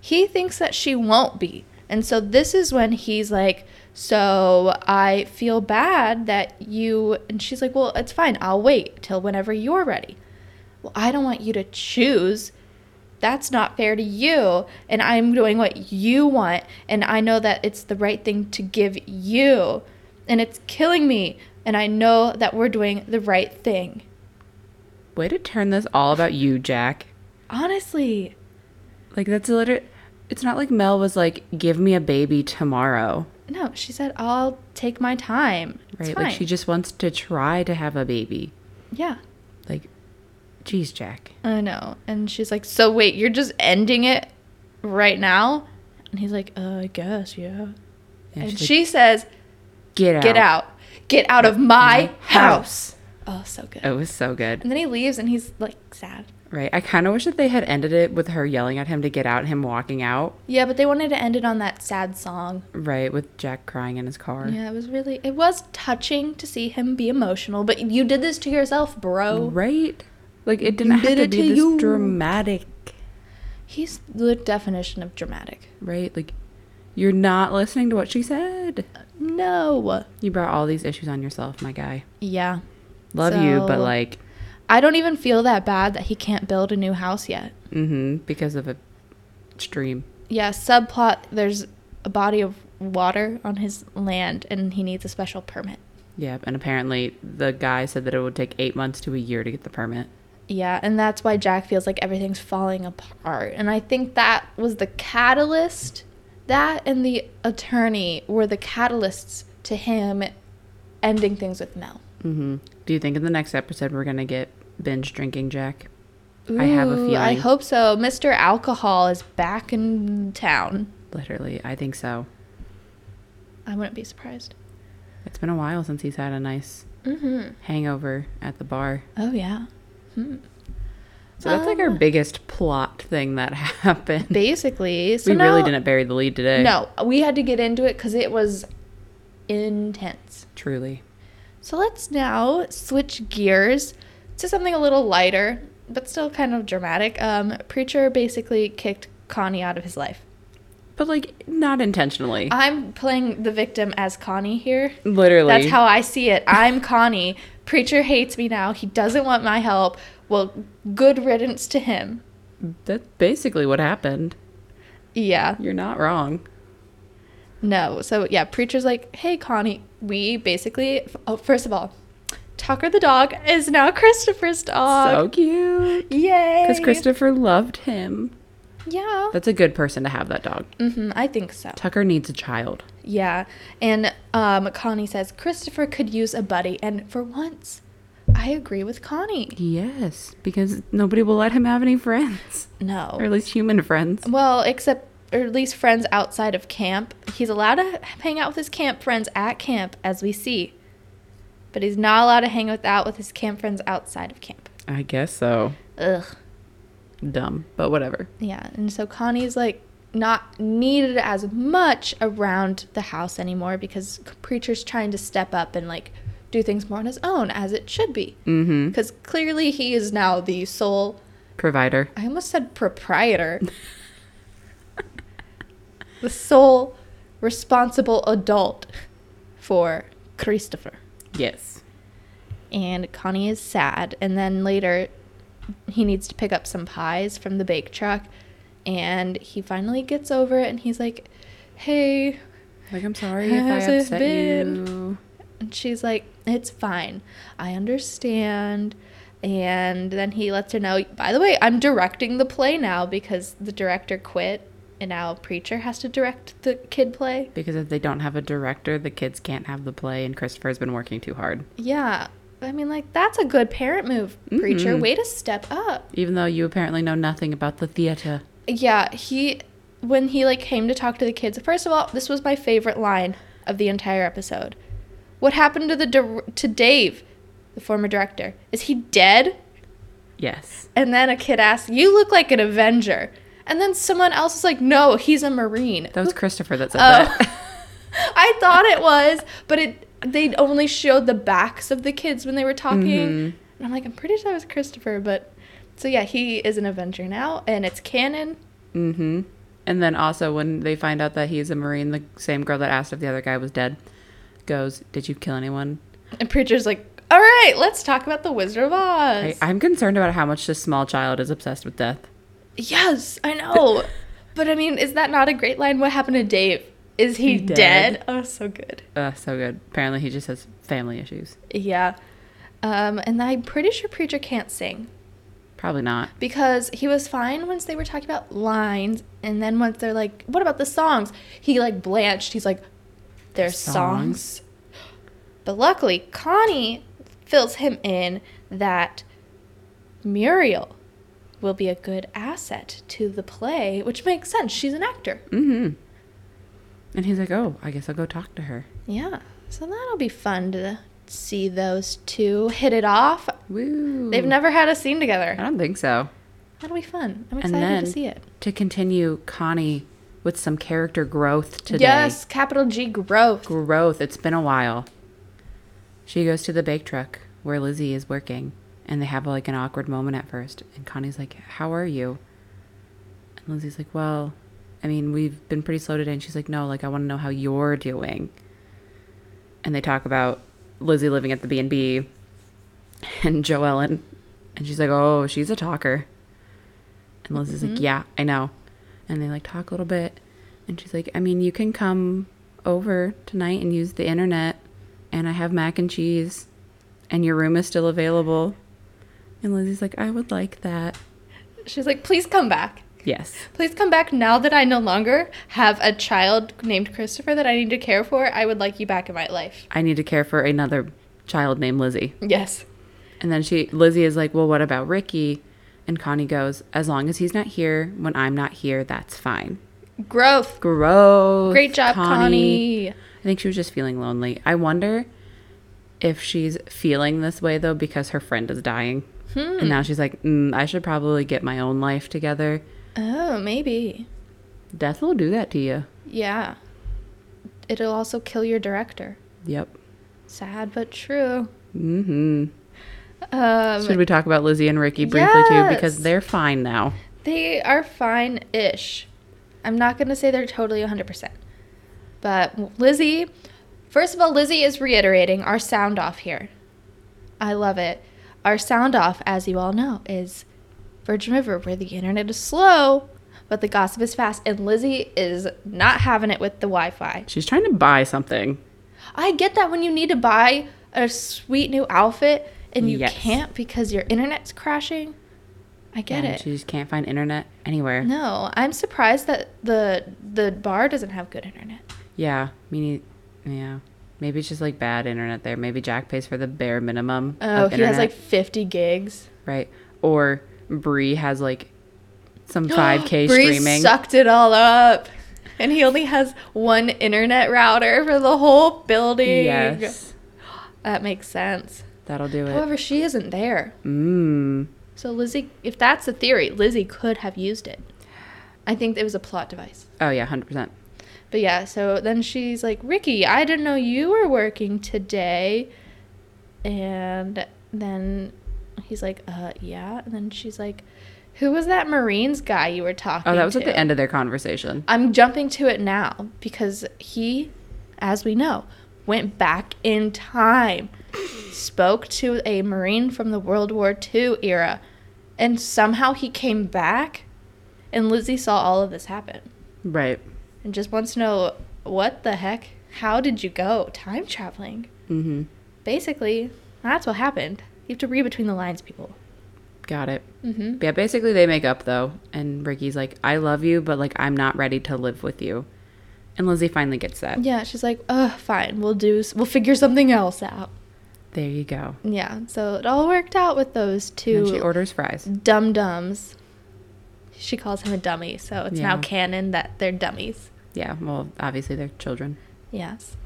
Speaker 1: He thinks that she won't be. And so this is when he's like, So I feel bad that you. And she's like, Well, it's fine. I'll wait till whenever you're ready. Well, I don't want you to choose. That's not fair to you. And I'm doing what you want. And I know that it's the right thing to give you. And it's killing me. And I know that we're doing the right thing.
Speaker 2: Way to turn this all about you, Jack.
Speaker 1: Honestly.
Speaker 2: Like, that's a liter It's not like Mel was like, give me a baby tomorrow.
Speaker 1: No, she said, I'll take my time. It's
Speaker 2: Right?
Speaker 1: fine.
Speaker 2: Like, she just wants to try to have a baby.
Speaker 1: yeah,
Speaker 2: Like, geez, Jack.
Speaker 1: I know. And she's like, So wait, you're just ending it right now? And he's like, uh, I guess, yeah.
Speaker 2: Yeah,
Speaker 1: and
Speaker 2: she's like,
Speaker 1: she says,
Speaker 2: get out.
Speaker 1: Get out. Get out of my
Speaker 2: house.
Speaker 1: house. Oh, so good.
Speaker 2: It was so good.
Speaker 1: And then he leaves and he's like sad.
Speaker 2: Right. I kind of wish that they had ended it with her yelling at him to get out and him walking out.
Speaker 1: Yeah, but they wanted to end it on that sad song.
Speaker 2: Right. With Jack crying in his car.
Speaker 1: Yeah, it was really, it was touching to see him be emotional, but you did this to yourself, bro.
Speaker 2: Right. Like, it didn't have
Speaker 1: did
Speaker 2: to
Speaker 1: it
Speaker 2: be
Speaker 1: to
Speaker 2: this
Speaker 1: you.
Speaker 2: dramatic.
Speaker 1: He's the definition of dramatic.
Speaker 2: Right. Like, you're not listening to what she said.
Speaker 1: No.
Speaker 2: You brought all these issues on yourself, my guy.
Speaker 1: Yeah.
Speaker 2: Love you, but
Speaker 1: So-
Speaker 2: like,
Speaker 1: I don't even feel that bad that he can't build a new house yet.
Speaker 2: mm hmm, because of a stream.
Speaker 1: Yeah, subplot there's a body of water on his land and he needs a special permit.
Speaker 2: Yeah. And apparently, the guy said that it would take eight months to a year to get the permit.
Speaker 1: Yeah, and that's why Jack feels like everything's falling apart. And I think that was the catalyst. That and the attorney were the catalysts to him ending things with Mel.
Speaker 2: Mm hmm. Do you think in the next episode we're going to get binge drinking, Jack? I have a
Speaker 1: Ooh, I
Speaker 2: feeling.
Speaker 1: hope so. Mr. Alcohol is back in town.
Speaker 2: Literally, I think so.
Speaker 1: I wouldn't be surprised.
Speaker 2: It's been a while since he's had a nice
Speaker 1: Mm-hmm.
Speaker 2: hangover at the bar.
Speaker 1: Oh, yeah.
Speaker 2: So that's like our
Speaker 1: Um,
Speaker 2: biggest plot thing that happened.
Speaker 1: Basically. So
Speaker 2: we really
Speaker 1: now-
Speaker 2: didn't bury the lead today.
Speaker 1: No, we had to get into it because it was intense.
Speaker 2: Truly.
Speaker 1: So let's now switch gears to something a little lighter, but still kind of dramatic. Um, Preacher basically kicked Connie out of his life.
Speaker 2: But like, not intentionally.
Speaker 1: I'm playing the victim as Connie here.
Speaker 2: Literally.
Speaker 1: That's how I see it. I'm Connie. Preacher hates me now. He doesn't want my help. Well, good riddance to him.
Speaker 2: That's basically what happened.
Speaker 1: Yeah.
Speaker 2: You're not wrong.
Speaker 1: No. So yeah, preacher's like, "Hey, Connie, we basically. f- Oh, first of all, Tucker the dog is now Christopher's
Speaker 2: so
Speaker 1: dog.
Speaker 2: cute.
Speaker 1: Yay!
Speaker 2: Because Christopher loved him.
Speaker 1: Yeah.
Speaker 2: That's a good person to have that dog.
Speaker 1: hmm I think so.
Speaker 2: Tucker needs a child.
Speaker 1: Yeah. And um, Connie says Christopher could use a buddy, and for once, I agree with Connie.
Speaker 2: Yes, because nobody will let him have any friends, or
Speaker 1: No.
Speaker 2: at least human friends.
Speaker 1: Well, except or at least friends outside of camp. He's allowed to hang out with his camp friends at camp, as we see, but he's not allowed to hang with- out with his camp friends outside of camp.
Speaker 2: I guess so.
Speaker 1: Ugh.
Speaker 2: Dumb, but whatever.
Speaker 1: Yeah, and so Connie's like not needed as much around the house anymore because preacher's trying to step up and like do things more on his own as it should be.
Speaker 2: Mm-hmm.
Speaker 1: Because clearly he is now the sole.
Speaker 2: Provider.
Speaker 1: I almost said proprietor. the sole responsible adult for Christopher
Speaker 2: Yes.
Speaker 1: and Connie is sad. And then later, he needs to pick up some pies from the bake truck, and he finally gets over it. And he's like, "Hey,"
Speaker 2: Like I'm sorry
Speaker 1: How's
Speaker 2: if I
Speaker 1: it
Speaker 2: upset
Speaker 1: been?
Speaker 2: you.
Speaker 1: and she's like, "It's fine. I understand." And then he lets her know. By the way, I'm directing the play now because the director quit, and now preacher has to direct the kid play.
Speaker 2: Because if they don't have a director, the kids can't have the play, and Christopher's been working too hard.
Speaker 1: Yeah, I mean, like that's a good parent move, preacher. Way to step up.
Speaker 2: Even though you apparently know nothing about the theater.
Speaker 1: Yeah, he when he like came to talk to the kids. First of all, this was my favorite line of the entire episode. What happened to the dir- to Dave, the former director? Is he dead?
Speaker 2: Yes.
Speaker 1: And then a kid asks, "You look like an Avenger." And then someone else is like, "No, he's a Marine."
Speaker 2: That was Christopher that said
Speaker 1: Oh.
Speaker 2: that.
Speaker 1: I thought it was, but it they only showed the backs of the kids when they were talking.
Speaker 2: Mhm.
Speaker 1: And I'm like, I'm pretty sure that was Christopher, but so yeah, he is an Avenger now, and it's canon.
Speaker 2: Mm-hmm. And then also when they find out that he's a Marine, the same girl that asked if the other guy was dead goes, Did you kill anyone?
Speaker 1: And preacher's like, "All right, let's talk about the Wizard of Oz."
Speaker 2: I, I'm concerned about how much this small child is obsessed with death.
Speaker 1: yes, I know. but I mean, is that not a great line? What happened to Dave? Is he
Speaker 2: Dead.
Speaker 1: dead? Oh, so good.
Speaker 2: Uh, so good. Apparently he just has family issues.
Speaker 1: Yeah. Um, and I'm pretty sure preacher can't sing
Speaker 2: Probably not.
Speaker 1: because he was fine once they were talking about lines, and then once they're like, "What about the songs?" He like blanched. He's like, "There's
Speaker 2: Songs?
Speaker 1: songs." But luckily, Connie fills him in that Muriel will be a good asset to the play, which makes sense. She's an actor.
Speaker 2: Mm-hmm. And he's like, Oh, I guess I'll go talk to her.
Speaker 1: Yeah. So that'll be fun to see those two hit it off.
Speaker 2: Woo.
Speaker 1: They've never had a scene
Speaker 2: I
Speaker 1: together.
Speaker 2: don't think so.
Speaker 1: That'll be fun. I'm
Speaker 2: And
Speaker 1: excited
Speaker 2: then
Speaker 1: to see it.
Speaker 2: to continue Connie with some character growth today.
Speaker 1: Yes, capital G growth.
Speaker 2: growth. It's been a while. She goes to the bake truck where Lizzie is working, and they have like an awkward moment at first. And Connie's like, "How are you?" And Lizzie's like, "Well, I mean, we've been pretty slow today." And she's like, "No, like I want to know how you're doing." And they talk about Lizzie living at the B and B, and Joellen, and she's like, "Oh, she's a talker." And Lizzie's like, "Yeah, I know." And they like talk a little bit, and she's like, "I mean, you can come over tonight and use the internet, and I have mac and cheese, and your room is still available." And Lizzie's like, "I would like that."
Speaker 1: She's like, please come back.
Speaker 2: Yes.
Speaker 1: Please come back now that I no longer have a child named Christopher that I need to care for. I would like you back in my life.
Speaker 2: I need to care for another child named Lizzie.
Speaker 1: Yes.
Speaker 2: And then she Lizzie is like, "Well, what about Ricky?" And Connie goes, "As long as he's not here, when I'm not here, that's fine."
Speaker 1: Growth.
Speaker 2: Gross.
Speaker 1: Great job, Connie.
Speaker 2: I think she was just feeling lonely. I wonder if she's feeling this way though because her friend is dying.
Speaker 1: Hmm.
Speaker 2: And now she's like, mm, I should probably get my own life together.
Speaker 1: Oh, maybe.
Speaker 2: Death will do that to you.
Speaker 1: Yeah. It'll also kill your director.
Speaker 2: Yep.
Speaker 1: Sad but true.
Speaker 2: Mm-hmm.
Speaker 1: Um,
Speaker 2: Should we talk about Lizzie and Ricky briefly too? Because
Speaker 1: Yes.
Speaker 2: they're fine now.
Speaker 1: they are fine ish. I'm not going to say they're totally 100%. But Lizzie, first of all, Lizzie is reiterating our sound off here. I love it. Our sound off, as you all know, is Virgin River, where the internet is slow, but the gossip is fast. And Lizzie is not having it with the Wi Fi.
Speaker 2: She's trying to buy something.
Speaker 1: I get that when you need to buy a sweet new outfit and you
Speaker 2: Yes.
Speaker 1: can't because your internet's crashing. I get
Speaker 2: and
Speaker 1: it.
Speaker 2: She just can't find internet anywhere.
Speaker 1: No, I'm surprised that the the bar doesn't have good internet.
Speaker 2: Yeah. Meaning yeah. Maybe it's just like bad internet there. Maybe Jack pays for the bare minimum.
Speaker 1: Oh,
Speaker 2: of
Speaker 1: he has like
Speaker 2: internet.
Speaker 1: 50 gigs.
Speaker 2: right? Or Bree has like some 5K
Speaker 1: Bree
Speaker 2: streaming.
Speaker 1: sucked it all up. And he only has one internet router for the whole building.
Speaker 2: Yes.
Speaker 1: That makes sense.
Speaker 2: That'll do it.
Speaker 1: However, she isn't there.
Speaker 2: Mmm.
Speaker 1: So Lizzie, if that's the theory, Lizzie could have used it. I think it was a plot device.
Speaker 2: Oh, yeah, 100%.
Speaker 1: But yeah, so then she's like, Ricky, I didn't know you were working today. And then he's like, uh, yeah. And then she's like, who was that Marines guy you were talking
Speaker 2: Oh, that was at
Speaker 1: to?"
Speaker 2: the end of their conversation.
Speaker 1: I'm jumping to it now because he, as we know, went back in time, spoke to a Marine from the World War II era, and somehow he came back, and Lizzie saw all of this happen
Speaker 2: Right.
Speaker 1: and just wants to know what the heck? How did you go time traveling?
Speaker 2: Mm-hmm.
Speaker 1: Basically, that's what happened. You have to read between the lines, people.
Speaker 2: Got it.
Speaker 1: Mm-hmm.
Speaker 2: Yeah, basically they make up though, and Ricky's like, "I love you, but like I'm not ready to live with you," and Lizzie finally gets that.
Speaker 1: Yeah, she's like, ugh, fine, we'll do, s- we'll figure something else out.
Speaker 2: There you go.
Speaker 1: Yeah, so it all worked out with those
Speaker 2: And she
Speaker 1: two
Speaker 2: orders fries.
Speaker 1: dum dums. She calls him a dummy, so it's now
Speaker 2: Yeah.
Speaker 1: canon that they're dummies.
Speaker 2: Yeah, well, obviously they're children.
Speaker 1: Yes.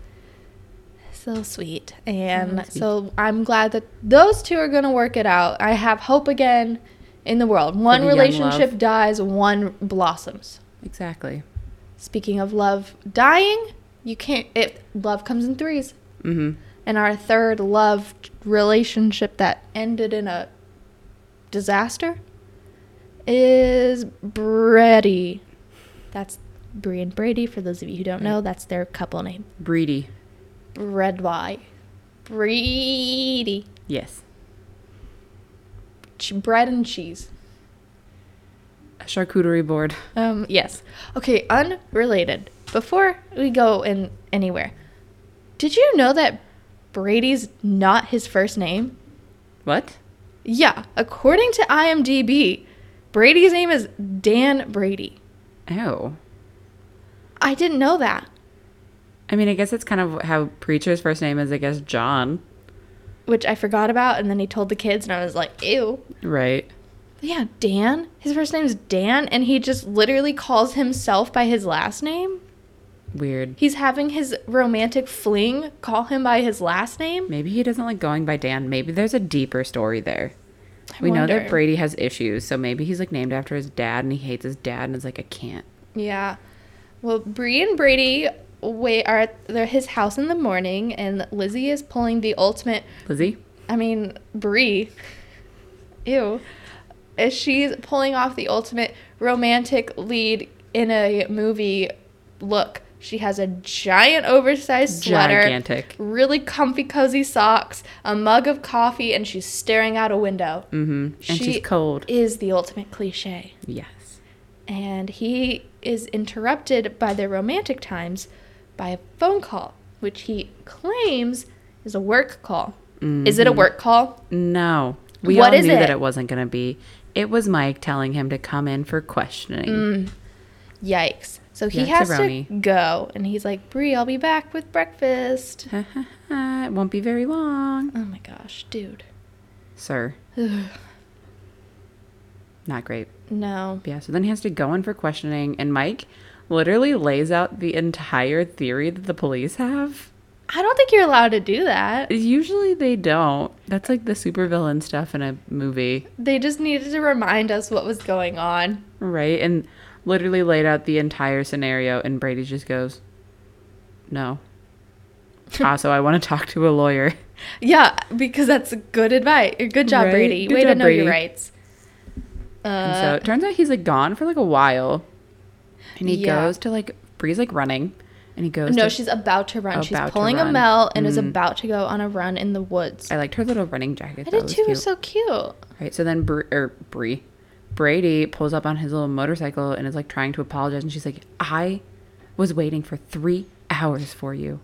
Speaker 1: So sweet. And
Speaker 2: Mm-hmm. sweet.
Speaker 1: so I'm glad that those two are going to work it out. I have hope again in the world. One
Speaker 2: the young
Speaker 1: relationship
Speaker 2: love.
Speaker 1: dies, one blossoms.
Speaker 2: Exactly.
Speaker 1: Speaking of love dying, you can't it love comes in threes.
Speaker 2: Mm-hmm.
Speaker 1: And our third love relationship that ended in a disaster is Brady. That's Bree and Brady. For those of you who don't know, that's their couple name.
Speaker 2: Breedy.
Speaker 1: Red Y. Breedy.
Speaker 2: Yes.
Speaker 1: Ch- bread and cheese.
Speaker 2: A charcuterie board.
Speaker 1: Um, yes. Okay, unrelated. Before we go in anywhere, did you know that Brady's not his first name?
Speaker 2: What?
Speaker 1: Yeah, according to IMDb, Brady's name is Dan Brady.
Speaker 2: Oh.
Speaker 1: I didn't know that.
Speaker 2: I mean, I guess that's kind of how preacher's first name is. I guess John.
Speaker 1: Which I forgot about, and then he told the kids, and I was like, ew.
Speaker 2: Right.
Speaker 1: Yeah, Dan. His first name is Dan, and he just literally calls himself by his last name.
Speaker 2: Weird.
Speaker 1: He's having his romantic fling call him by his last name.
Speaker 2: Maybe he doesn't like going by Dan. Maybe there's a deeper story there.
Speaker 1: I
Speaker 2: we know that
Speaker 1: wonder.
Speaker 2: Brady has issues, so maybe he's like named after his dad and he hates his dad and is like, I can't.
Speaker 1: Yeah. Well, Bree and Brady wait are at their, his house in the morning, and Lizzie is pulling the ultimate.
Speaker 2: Lizzie?
Speaker 1: I mean, Bree. Ew. Is she's pulling off the ultimate romantic lead in a movie look? She has a giant oversized sweater.
Speaker 2: Gigantic.
Speaker 1: really comfy, cozy socks, a mug of coffee, and she's staring out a window.
Speaker 2: Mm-hmm. And she's
Speaker 1: She-
Speaker 2: cold.
Speaker 1: Is the ultimate cliche.
Speaker 2: Yes.
Speaker 1: And he is interrupted by their romantic times by a phone call, which he claims is a work call. Is
Speaker 2: Mm-hmm.
Speaker 1: it a work call?
Speaker 2: No. We
Speaker 1: What
Speaker 2: all
Speaker 1: is
Speaker 2: knew
Speaker 1: it?
Speaker 2: that it wasn't going to be. It was Mike telling him to come in for questioning.
Speaker 1: Mm. Yikes. So he has to
Speaker 2: Yikes-a-roni.
Speaker 1: go, and he's like, Bree, I'll be back with breakfast.
Speaker 2: Ha, ha, ha. it won't be very long.
Speaker 1: Oh my gosh, dude.
Speaker 2: Sir. Not great.
Speaker 1: No.
Speaker 2: Yeah, so then he has to go in for questioning, and Mike literally lays out the entire theory that the police have.
Speaker 1: I don't think you're allowed to do that.
Speaker 2: Usually they don't. That's like the supervillain stuff in a movie,
Speaker 1: They just needed to remind us what was going on.
Speaker 2: right? And literally laid out the entire scenario, and Brady just goes, No. also, I want to talk to a lawyer.
Speaker 1: Yeah, because that's good advice. Good job,
Speaker 2: Right?
Speaker 1: Brady.
Speaker 2: Good
Speaker 1: Way to
Speaker 2: job,
Speaker 1: know
Speaker 2: Brady.
Speaker 1: your rights.
Speaker 2: And
Speaker 1: Uh,
Speaker 2: so it turns out he's like gone for like a while, and he
Speaker 1: Yeah.
Speaker 2: goes to like Bree's like running, and he goes.
Speaker 1: No,
Speaker 2: to-
Speaker 1: she's about to run. She's
Speaker 2: About to
Speaker 1: pulling a
Speaker 2: run. Mm-hmm.
Speaker 1: Mel and is about to go on a run in the woods.
Speaker 2: I liked her little running jacket.
Speaker 1: I
Speaker 2: though.
Speaker 1: did
Speaker 2: It was
Speaker 1: too. It
Speaker 2: cute.
Speaker 1: was so cute.
Speaker 2: Right. So then Br- or Bree, Brady pulls up on his little motorcycle and is like trying to apologize. And she's like, I was waiting for three hours for you.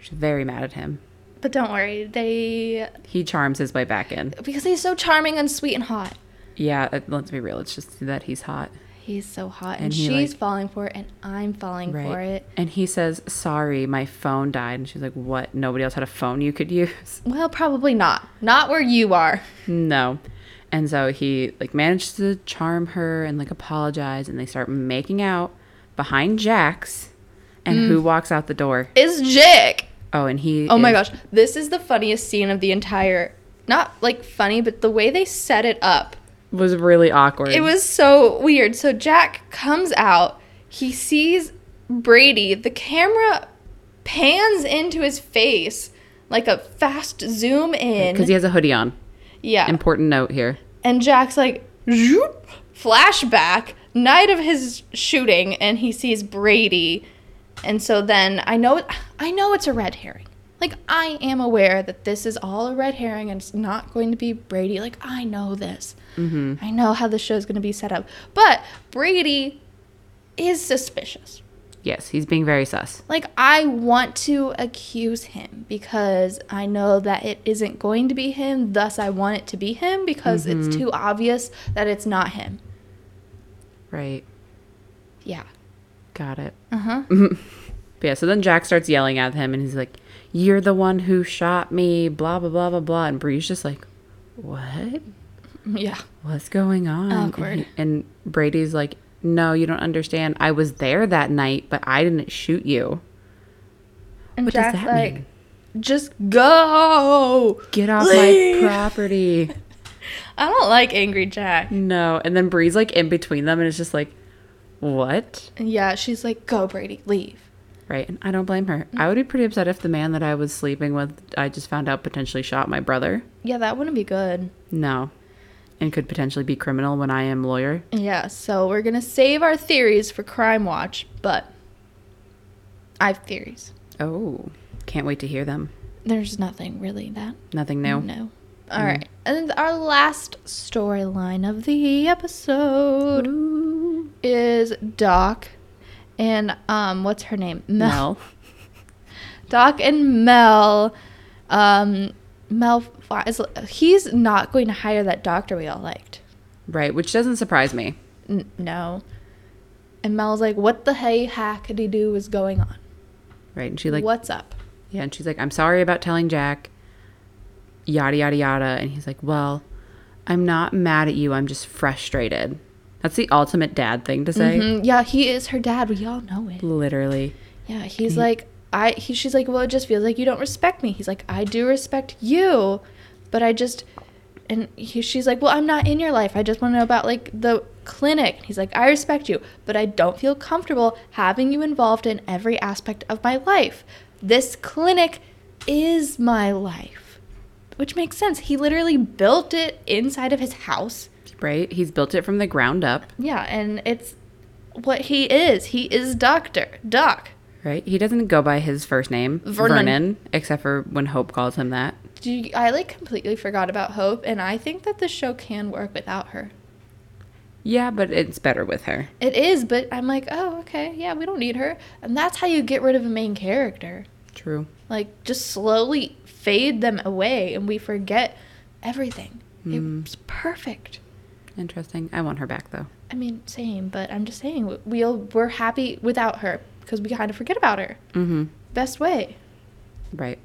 Speaker 2: She's very mad at him.
Speaker 1: But don't worry, they
Speaker 2: He charms his way back in.
Speaker 1: because he's so charming and sweet and hot.
Speaker 2: Yeah. uh, Let's be real. It's just that he's hot.
Speaker 1: He's so hot, and,
Speaker 2: And he,
Speaker 1: she's
Speaker 2: like-
Speaker 1: falling for it, and I'm falling
Speaker 2: Right.
Speaker 1: for it.
Speaker 2: And he says, Sorry, my phone died. And she's like, What? Nobody else had a phone you could use?
Speaker 1: Well, probably not. Not where you are.
Speaker 2: No. And so he like manages to charm her and like apologize and they start making out behind Jax. And
Speaker 1: Mm.
Speaker 2: who walks out the door?
Speaker 1: Is Jake.
Speaker 2: Oh, and he
Speaker 1: Oh my
Speaker 2: is-
Speaker 1: gosh, this is the funniest scene of the entire. Not like funny, but the way they set it up
Speaker 2: was really awkward.
Speaker 1: It was so weird. So Jack comes out. He sees Brady. The camera pans into his face like a fast zoom in.
Speaker 2: because he has a hoodie on.
Speaker 1: yeah. And,
Speaker 2: Important note here.
Speaker 1: Jack's like, "Zoop." flashback, night of his shooting, and he sees Brady. And so then I know I know it's a red herring. Like I am aware that this is all a red herring and it's not going to be Brady. Like I know this. I know how the show's going to be set up. But Brady is suspicious.
Speaker 2: Yes, he's being very sus.
Speaker 1: Like, I want to accuse him because I know that it isn't going to be him. Thus, I want it to be him because
Speaker 2: Mm-hmm.
Speaker 1: it's too obvious that it's not him.
Speaker 2: Right.
Speaker 1: Yeah.
Speaker 2: Got it. Uh
Speaker 1: Uh-huh.
Speaker 2: huh. yeah. So then Jack starts yelling at him, and he's like, "You're the one who shot me." Blah blah blah blah blah. And Bree's just like, "What?
Speaker 1: Yeah.
Speaker 2: What's going on?" And
Speaker 1: Awkward.
Speaker 2: he- And, Brady's like, "No, you don't understand. I was there that night, but I didn't shoot you.
Speaker 1: And
Speaker 2: What does
Speaker 1: Jack's
Speaker 2: that
Speaker 1: like,
Speaker 2: mean?
Speaker 1: just go.
Speaker 2: Get off
Speaker 1: Leave."
Speaker 2: my property."
Speaker 1: I don't like Angry Jack.
Speaker 2: no. And then Bree's like in between them, and it's just like, "What?"
Speaker 1: And yeah, she's like, go, Brady, leave.
Speaker 2: Right. And I don't blame her. I would be pretty upset if the man that I was sleeping with, I just found out potentially shot my brother.
Speaker 1: Yeah, that wouldn't be good.
Speaker 2: No. And could potentially be criminal when I am lawyer.
Speaker 1: Yeah, so we're going to save our theories for Crime Watch, but I have theories.
Speaker 2: Oh. Can't wait to hear them.
Speaker 1: There's nothing really that
Speaker 2: Nothing new.
Speaker 1: No. All
Speaker 2: Mm.
Speaker 1: right. And our last storyline of the episode Mm.
Speaker 2: Ooh.
Speaker 1: is Doc and um what's her name? Mel.
Speaker 2: Mel.
Speaker 1: Doc and Mel um Mel fi- is he's not going to hire that doctor we all liked.
Speaker 2: Right, which doesn't surprise me.
Speaker 1: N- no. And Mel's like, "What the hey hackity do is going on?
Speaker 2: Right. And she like
Speaker 1: What's up?"
Speaker 2: Yeah, and she's like, I'm sorry about telling Jack. Yada yada yada. And he's like, Well, I'm not mad at you, I'm just frustrated. That's the ultimate dad thing to say.
Speaker 1: Mm, yeah, he is her dad. We all know it.
Speaker 2: Literally.
Speaker 1: Yeah, he's like, I. He, she's like, well, it just feels like you don't respect me. He's like, I do respect you, but I just, and he, she's like, well, I'm not in your life. I just want to know about like the clinic. He's like, I respect you, but I don't feel comfortable having you involved in every aspect of my life. This clinic is my life, which makes sense. He literally built it inside of his house.
Speaker 2: Right? He's built it from the ground up.
Speaker 1: Yeah, and it's what he is. He is doctor, doc.
Speaker 2: Right? He doesn't go by his first name,
Speaker 1: Vernon.
Speaker 2: Vernon except for when Hope calls him that.
Speaker 1: Do you, I like completely forgot about Hope, and I think that the show can work without her.
Speaker 2: Yeah, but it's better with her.
Speaker 1: It is, but I'm like, oh, okay, yeah, we don't need her. And that's how you get rid of a main character.
Speaker 2: True.
Speaker 1: Like, just slowly fade them away, and we forget everything. It's perfect.
Speaker 2: Interesting. I want her back though.
Speaker 1: I mean, same, but I'm just saying, we- we'll, we're happy without her because we kind of forget about her.
Speaker 2: Mm-hmm.
Speaker 1: Best way.
Speaker 2: Right.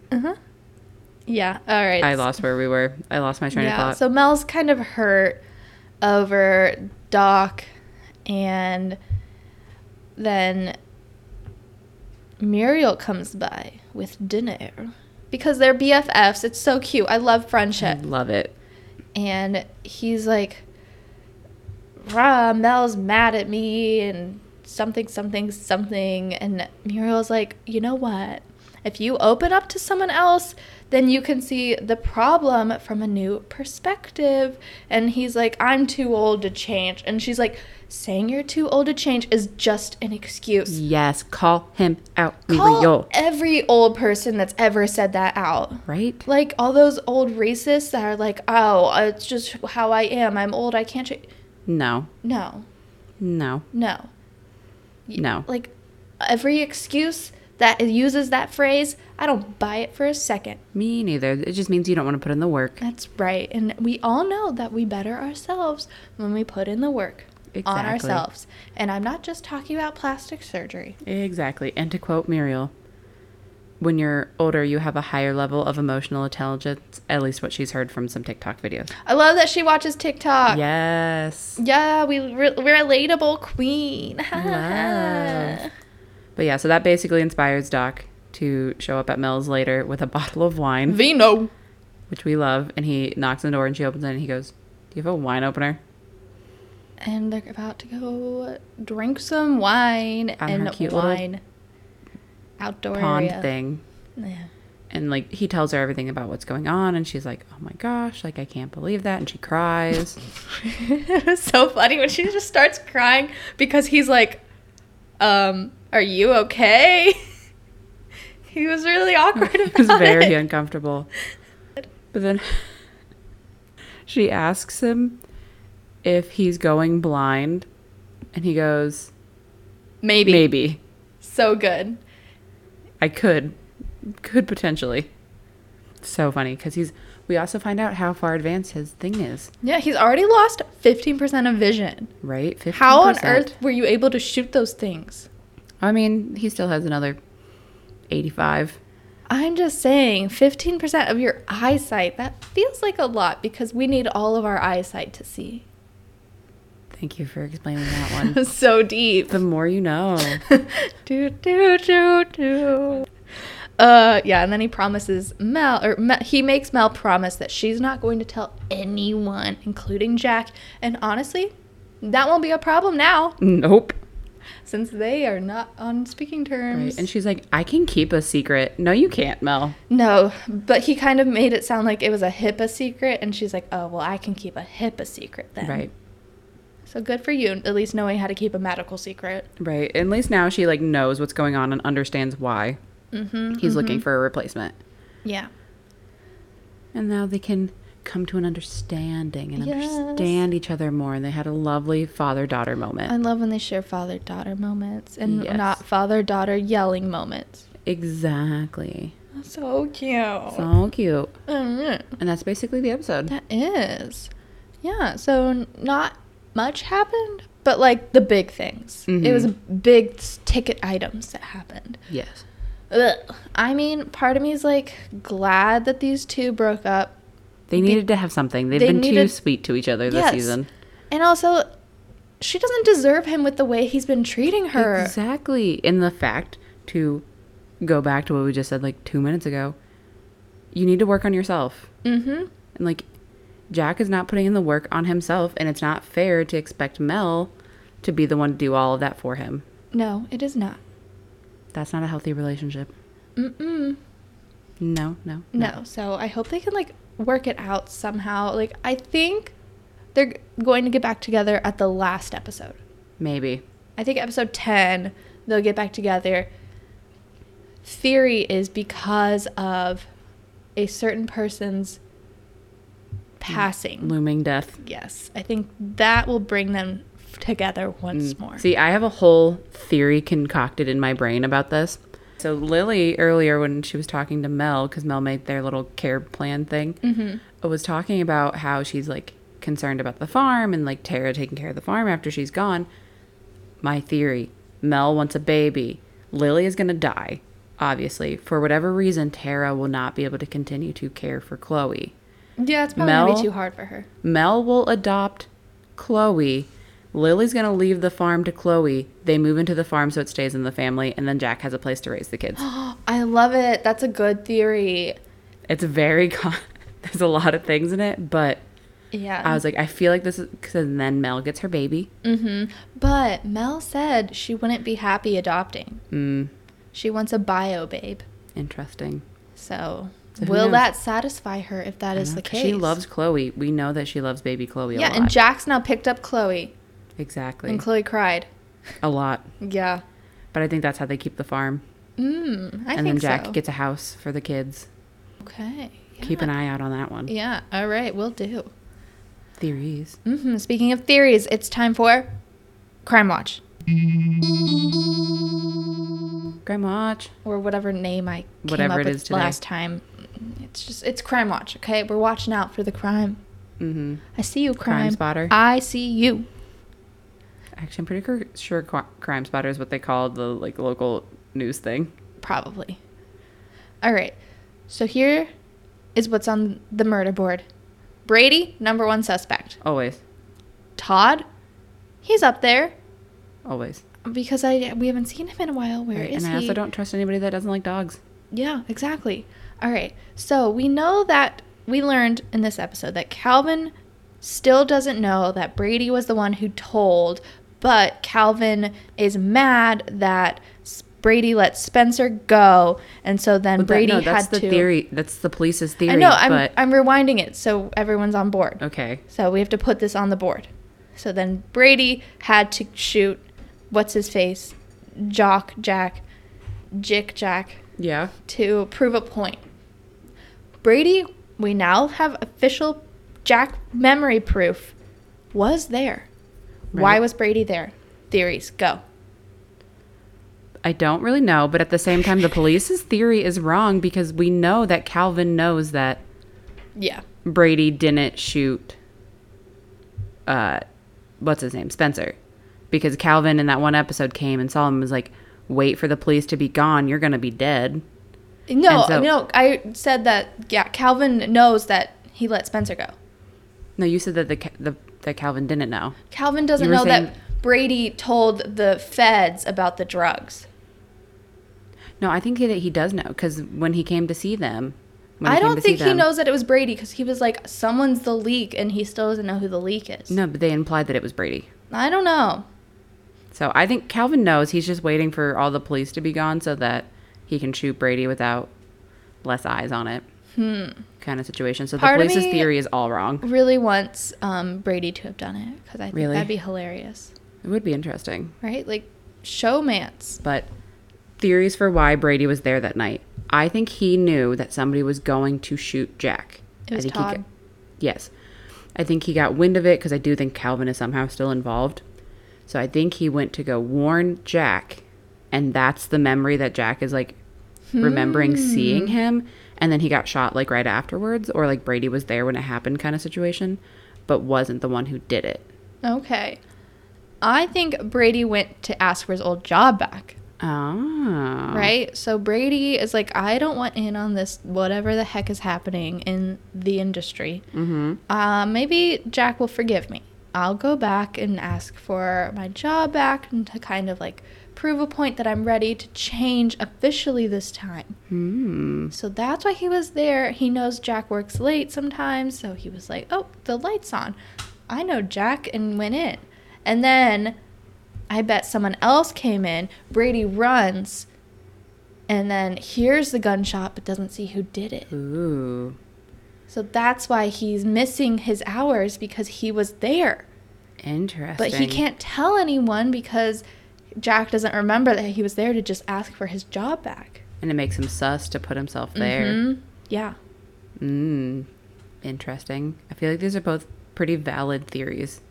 Speaker 1: Yeah, all right.
Speaker 2: I lost where we were. I lost my train of thought.
Speaker 1: So Mel's kind of hurt over Doc, and then Muriel comes by with dinner because they're BFFs. It's so cute. I love
Speaker 2: I
Speaker 1: friendship.
Speaker 2: love it.
Speaker 1: And he's like, Rah, Mel's mad at me, and something, something, something. And Muriel's like, you know what? If you open up to someone else, then you can see the problem from a new perspective. And he's like, I'm too old to change. And she's like, saying you're too old to change is just an excuse.
Speaker 2: Yes, call him out,
Speaker 1: Call
Speaker 2: Muriel.
Speaker 1: every old person that's ever said that out.
Speaker 2: Right?
Speaker 1: Like all those old racists that are like, oh, it's just how I am. I'm old. I can't change.
Speaker 2: No.
Speaker 1: No,
Speaker 2: No.
Speaker 1: no.
Speaker 2: No.
Speaker 1: Like every excuse that uses that phrase, I don't buy it for a second.
Speaker 2: Me neither. It just means you don't want to put in the work.
Speaker 1: That's right. And we all know that we better ourselves when we put in the work on
Speaker 2: Exactly.
Speaker 1: ourselves. And I'm not just talking about plastic surgery.
Speaker 2: Exactly. And to quote Muriel, when you're older, you have a higher level of emotional intelligence, at least what she's heard from some TikTok videos.
Speaker 1: I love that she watches TikTok. Yeah,
Speaker 2: Yes.
Speaker 1: we re- we're relatable queen.
Speaker 2: Love. But yeah, so that basically inspires Doc to show up at Mel's later with a bottle of wine,
Speaker 1: Vino.
Speaker 2: which we love. And he knocks on the door and she opens it and he goes, Do you have a wine opener?
Speaker 1: And they're about to go drink some wine
Speaker 2: On her
Speaker 1: and
Speaker 2: cute little
Speaker 1: wine outdoor
Speaker 2: Pond
Speaker 1: area.
Speaker 2: thing.
Speaker 1: Yeah.
Speaker 2: And like he tells her everything about what's going on. And she's like, Oh my gosh, like I can't believe that. And she cries.
Speaker 1: it was so funny when she just starts crying because he's like, um, are you okay? he was really awkward about
Speaker 2: it was very
Speaker 1: it.
Speaker 2: uncomfortable. But then she asks him if he's going blind. And he goes,
Speaker 1: Maybe.
Speaker 2: Maybe.
Speaker 1: So good.
Speaker 2: I could, could potentially. So funny because he's. We also find out how far advanced his thing is,
Speaker 1: Yeah, he's already lost 15% of vision.
Speaker 2: right? 15%.
Speaker 1: How on earth were you able to shoot those things?
Speaker 2: I mean, he still has another eighty-five.
Speaker 1: I'm just saying, 15% of your eyesight, that feels like a lot because we need all of our eyesight to see.
Speaker 2: Thank you for explaining that one.
Speaker 1: so deep.
Speaker 2: the more you know.
Speaker 1: do, do, do, do. Uh, yeah, and then he promises Mel, or Mel, he makes Mel promise that she's not going to tell anyone, including Jack. And honestly, that won't be a problem now
Speaker 2: Nope.
Speaker 1: since they are not on speaking terms.
Speaker 2: Right. And she's like, I can keep a secret. No, you can't, Mel.
Speaker 1: No, but he kind of made it sound like it was a HIPAA secret, and she's like, "Oh, well, I can keep a HIPAA secret then."
Speaker 2: Right.
Speaker 1: So good for you, at least knowing how to keep a medical secret.
Speaker 2: Right. At least now she like knows what's going on and understands why
Speaker 1: Mm-hmm.
Speaker 2: he's looking for a replacement.
Speaker 1: Yeah.
Speaker 2: And now they can come to an understanding and
Speaker 1: Yes.
Speaker 2: understand each other more. And they had a lovely father daughter moment.
Speaker 1: I love when they share father daughter moments and
Speaker 2: Yes.
Speaker 1: not father daughter yelling moments.
Speaker 2: exactly.
Speaker 1: So cute.
Speaker 2: So cute.
Speaker 1: Mhm.
Speaker 2: And that's basically the episode.
Speaker 1: That is. Yeah, so n- not much happened, but like the big things. It was big s- ticket items that happened.
Speaker 2: Yes.
Speaker 1: Ugh. I mean, part of me is like glad that these two broke up.
Speaker 2: They needed to have something. They've
Speaker 1: they
Speaker 2: been too
Speaker 1: needed-
Speaker 2: sweet to each other this
Speaker 1: Yes.
Speaker 2: season.
Speaker 1: And also, she doesn't deserve him with the way he's been treating her.
Speaker 2: Exactly. In the fact to go back to what we just said like two minutes ago, you need to work on yourself.
Speaker 1: Mm-hmm.
Speaker 2: And like, Jack is not putting in the work on himself, and it's not fair to expect Mel to be the one to do all of that for him.
Speaker 1: No, it is not.
Speaker 2: That's not a healthy relationship.
Speaker 1: Mm-mm.
Speaker 2: No, no,
Speaker 1: No. So I hope they can like work it out somehow. Like I think they're g- going to get back together at the last episode.
Speaker 2: Maybe.
Speaker 1: I think episode 10 they'll get back together. Theory is because of a certain person's passing.
Speaker 2: Looming death.
Speaker 1: Yes. I think that will bring them f- together once more.
Speaker 2: Mm. See, I have a whole theory concocted in my brain about this. So Lily earlier when she was talking to Mel cuz Mel made their little care plan thing,
Speaker 1: Mm-hmm.
Speaker 2: was talking about how she's like concerned about the farm and like Tara taking care of the farm after she's gone. My theory, Mel wants a baby. Lily is going to die, obviously. For whatever reason, Tara will not be able to continue to care for Chloe.
Speaker 1: yeah, it's probably going to be
Speaker 2: Mel-
Speaker 1: too hard for her.
Speaker 2: Mel will adopt Chloe. Lily's going to leave the farm to Chloe. They move into the farm so it stays in the family, and then Jack has a place to raise the kids.
Speaker 1: I love it. That's a good theory.
Speaker 2: It's very con- there's a lot of things in it, but
Speaker 1: Yeah.
Speaker 2: I was like, I feel like this is because then Mel gets her baby.
Speaker 1: Mm-hmm. But Mel said she wouldn't be happy adopting.
Speaker 2: Mm,
Speaker 1: She wants a bio babe.
Speaker 2: interesting.
Speaker 1: So,
Speaker 2: So who
Speaker 1: will
Speaker 2: knows?
Speaker 1: that satisfy her if that
Speaker 2: I
Speaker 1: is
Speaker 2: know,
Speaker 1: the
Speaker 2: 'cause
Speaker 1: case?
Speaker 2: She loves Chloe. We know that she loves baby Chloe a
Speaker 1: Yeah,
Speaker 2: lot.
Speaker 1: and Jack's now picked up Chloe,
Speaker 2: exactly.
Speaker 1: and Chloe cried.
Speaker 2: a lot.
Speaker 1: Yeah.
Speaker 2: But I think that's how they keep the farm.
Speaker 1: Mm, I
Speaker 2: and
Speaker 1: think
Speaker 2: then Jack
Speaker 1: so.
Speaker 2: gets a house for the kids.
Speaker 1: okay. Yeah.
Speaker 2: Keep an eye out on that one.
Speaker 1: Yeah. All right. We'll do.
Speaker 2: Theories.
Speaker 1: hmm Speaking of theories, it's time for Crime Watch
Speaker 2: Grandma Watch.
Speaker 1: or whatever name I came
Speaker 2: Whatever
Speaker 1: up
Speaker 2: it
Speaker 1: with
Speaker 2: is today.
Speaker 1: last time. It's just it's Crime Watch. Okay, we're watching out for the crime.
Speaker 2: Mm-hmm.
Speaker 1: I see you,
Speaker 2: Crime
Speaker 1: crime,
Speaker 2: spotter.
Speaker 1: I see you.
Speaker 2: Actually, I'm pretty cur- sure qu- Crime Spotter is what they call the like local news thing.
Speaker 1: Probably. All right. So here is what's on the murder board Brady, number one suspect.
Speaker 2: Always.
Speaker 1: Todd, he's up there
Speaker 2: Always.
Speaker 1: because I we haven't seen him in a while. Where is
Speaker 2: Right, and
Speaker 1: he?
Speaker 2: I also don't trust anybody that doesn't like dogs.
Speaker 1: Yeah, exactly. All right. So we know that we learned in this episode that Calvin still doesn't know that Brady was the one who told, but Calvin is mad that S- Brady let Spencer go, and so then
Speaker 2: But that-
Speaker 1: Brady
Speaker 2: no, that's
Speaker 1: had
Speaker 2: the
Speaker 1: to.
Speaker 2: theory. That's the police's theory.
Speaker 1: I know. I'm
Speaker 2: but
Speaker 1: I'm rewinding it so everyone's on board.
Speaker 2: okay.
Speaker 1: So we have to put this on the board. So then Brady had to shoot. What's his face? Jock Jack, Jick Jack
Speaker 2: Yeah.
Speaker 1: to prove a point. Brady, we now have official Jack memory proof, was there. Why
Speaker 2: Right.
Speaker 1: was Brady there? Theories, go.
Speaker 2: I don't really know, but at the same time, the police's theory is wrong because we know that Calvin knows that
Speaker 1: Yeah.
Speaker 2: Brady didn't shoot. Uh, what's his name? Spencer, because Calvin in that one episode came and saw him and was like, "Wait for the police to be gone. You're gonna be dead."
Speaker 1: No,
Speaker 2: And so-
Speaker 1: no, I said that, yeah, Calvin knows that he let Spencer go.
Speaker 2: No, you said that the, Ca- the that Calvin didn't know.
Speaker 1: Calvin doesn't
Speaker 2: You were
Speaker 1: know
Speaker 2: saying-
Speaker 1: that Brady told the feds about the drugs.
Speaker 2: No, I think that he does know because when he came to see them, when
Speaker 1: I
Speaker 2: came
Speaker 1: don't
Speaker 2: to see
Speaker 1: think he
Speaker 2: them-
Speaker 1: knows that it was Brady because he was like, someone's the leak, and he still doesn't know who the leak is.
Speaker 2: No, but they implied that it was Brady.
Speaker 1: I don't know.
Speaker 2: So I think Calvin knows he's just waiting for all the police to be gone so that he can shoot Brady without less eyes on it. Hmm. Kind of situation. So
Speaker 1: Part
Speaker 2: the
Speaker 1: of
Speaker 2: police's
Speaker 1: me-
Speaker 2: theory is all wrong.
Speaker 1: really wants um, Brady to have done it because I think
Speaker 2: Really?
Speaker 1: that'd be hilarious,
Speaker 2: It would be interesting.
Speaker 1: right? Like showmance.
Speaker 2: But theories for why Brady was there that night. I think he knew that somebody was going to shoot Jack.
Speaker 1: It was
Speaker 2: I think
Speaker 1: Todd.
Speaker 2: He got, yes. I think he got wind of it because I do think Calvin is somehow still involved. So I think he went to go warn Jack, and that's the memory that Jack is like
Speaker 1: Hmm.
Speaker 2: remembering seeing him. And then he got shot like right afterwards, or like Brady was there when it happened kind of situation, but wasn't the one who did it.
Speaker 1: Okay. I think Brady went to ask for his old job back,
Speaker 2: Ah.
Speaker 1: right? So Brady is like, I don't want in on this, whatever the heck is happening in the industry. Mm-hmm. Uh, maybe Jack will forgive me. I'll go back and ask for my job back and to kind of like prove a point that I'm ready to change officially this time.
Speaker 2: Hmm.
Speaker 1: So that's why he was there. He knows Jack works late sometimes, so he was like, "Oh, the lights on. I know Jack," and went in. And then I bet someone else came in. Brady runs and then hears the gunshot but doesn't see who did it.
Speaker 2: Oh, Ooh.
Speaker 1: So that's why he's missing his hours because he was there.
Speaker 2: Interesting.
Speaker 1: But he can't tell anyone because Jack doesn't remember that he was there to just ask for his job back.
Speaker 2: and it makes him sus to put himself there.
Speaker 1: Mhm. Yeah.
Speaker 2: Mm. Interesting. I feel like these are both pretty valid theories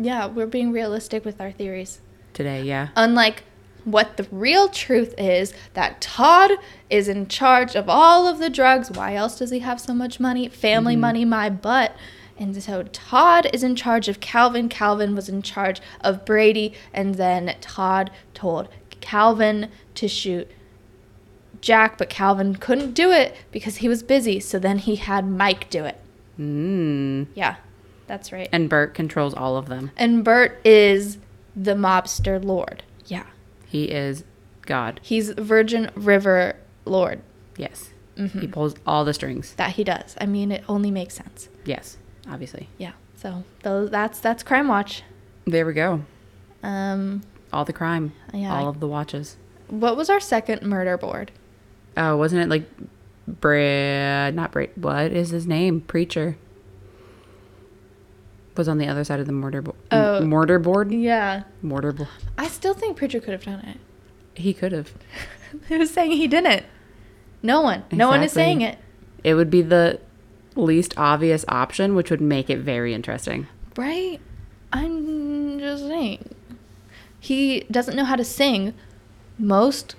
Speaker 1: Yeah, we're being realistic with our theories.
Speaker 2: today. Yeah.
Speaker 1: Unlike what the real truth is that Todd is in charge of all of the drugs. Why else does he have so much money? Family money, my butt. And so Todd is in charge of Calvin. Calvin was in charge of Brady. And then Todd told Calvin to shoot Jack, but Calvin couldn't do it because he was busy. So then he had Mike do it.
Speaker 2: Mm.
Speaker 1: Yeah, that's right.
Speaker 2: And Bert controls all of them.
Speaker 1: And Bert is the mobster lord. Yeah.
Speaker 2: He is God.
Speaker 1: He's Virgin River Lord.
Speaker 2: Yes. He
Speaker 1: Mm-hmm.
Speaker 2: pulls all the strings.
Speaker 1: That he does. I mean, it only makes sense.
Speaker 2: Yes, obviously.
Speaker 1: Yeah. So those, that's that's Crime Watch.
Speaker 2: There we go.
Speaker 1: Um,
Speaker 2: All the crime.
Speaker 1: Yeah.
Speaker 2: All of the watches.
Speaker 1: what was our second murder board?
Speaker 2: Oh, wasn't it like Brad? Not Brad. What is his name? Preacher. Was on the other side of the mortar board.
Speaker 1: Oh.
Speaker 2: mortar board.
Speaker 1: Yeah.
Speaker 2: Mortar board.
Speaker 1: I still think Pritchard could have done it.
Speaker 2: He could have.
Speaker 1: Who's saying he didn't? No one. No one is
Speaker 2: Exactly.
Speaker 1: saying it.
Speaker 2: It would be the least obvious option, which would make it very interesting.
Speaker 1: Right? I'm just saying. He doesn't know how to sing. Most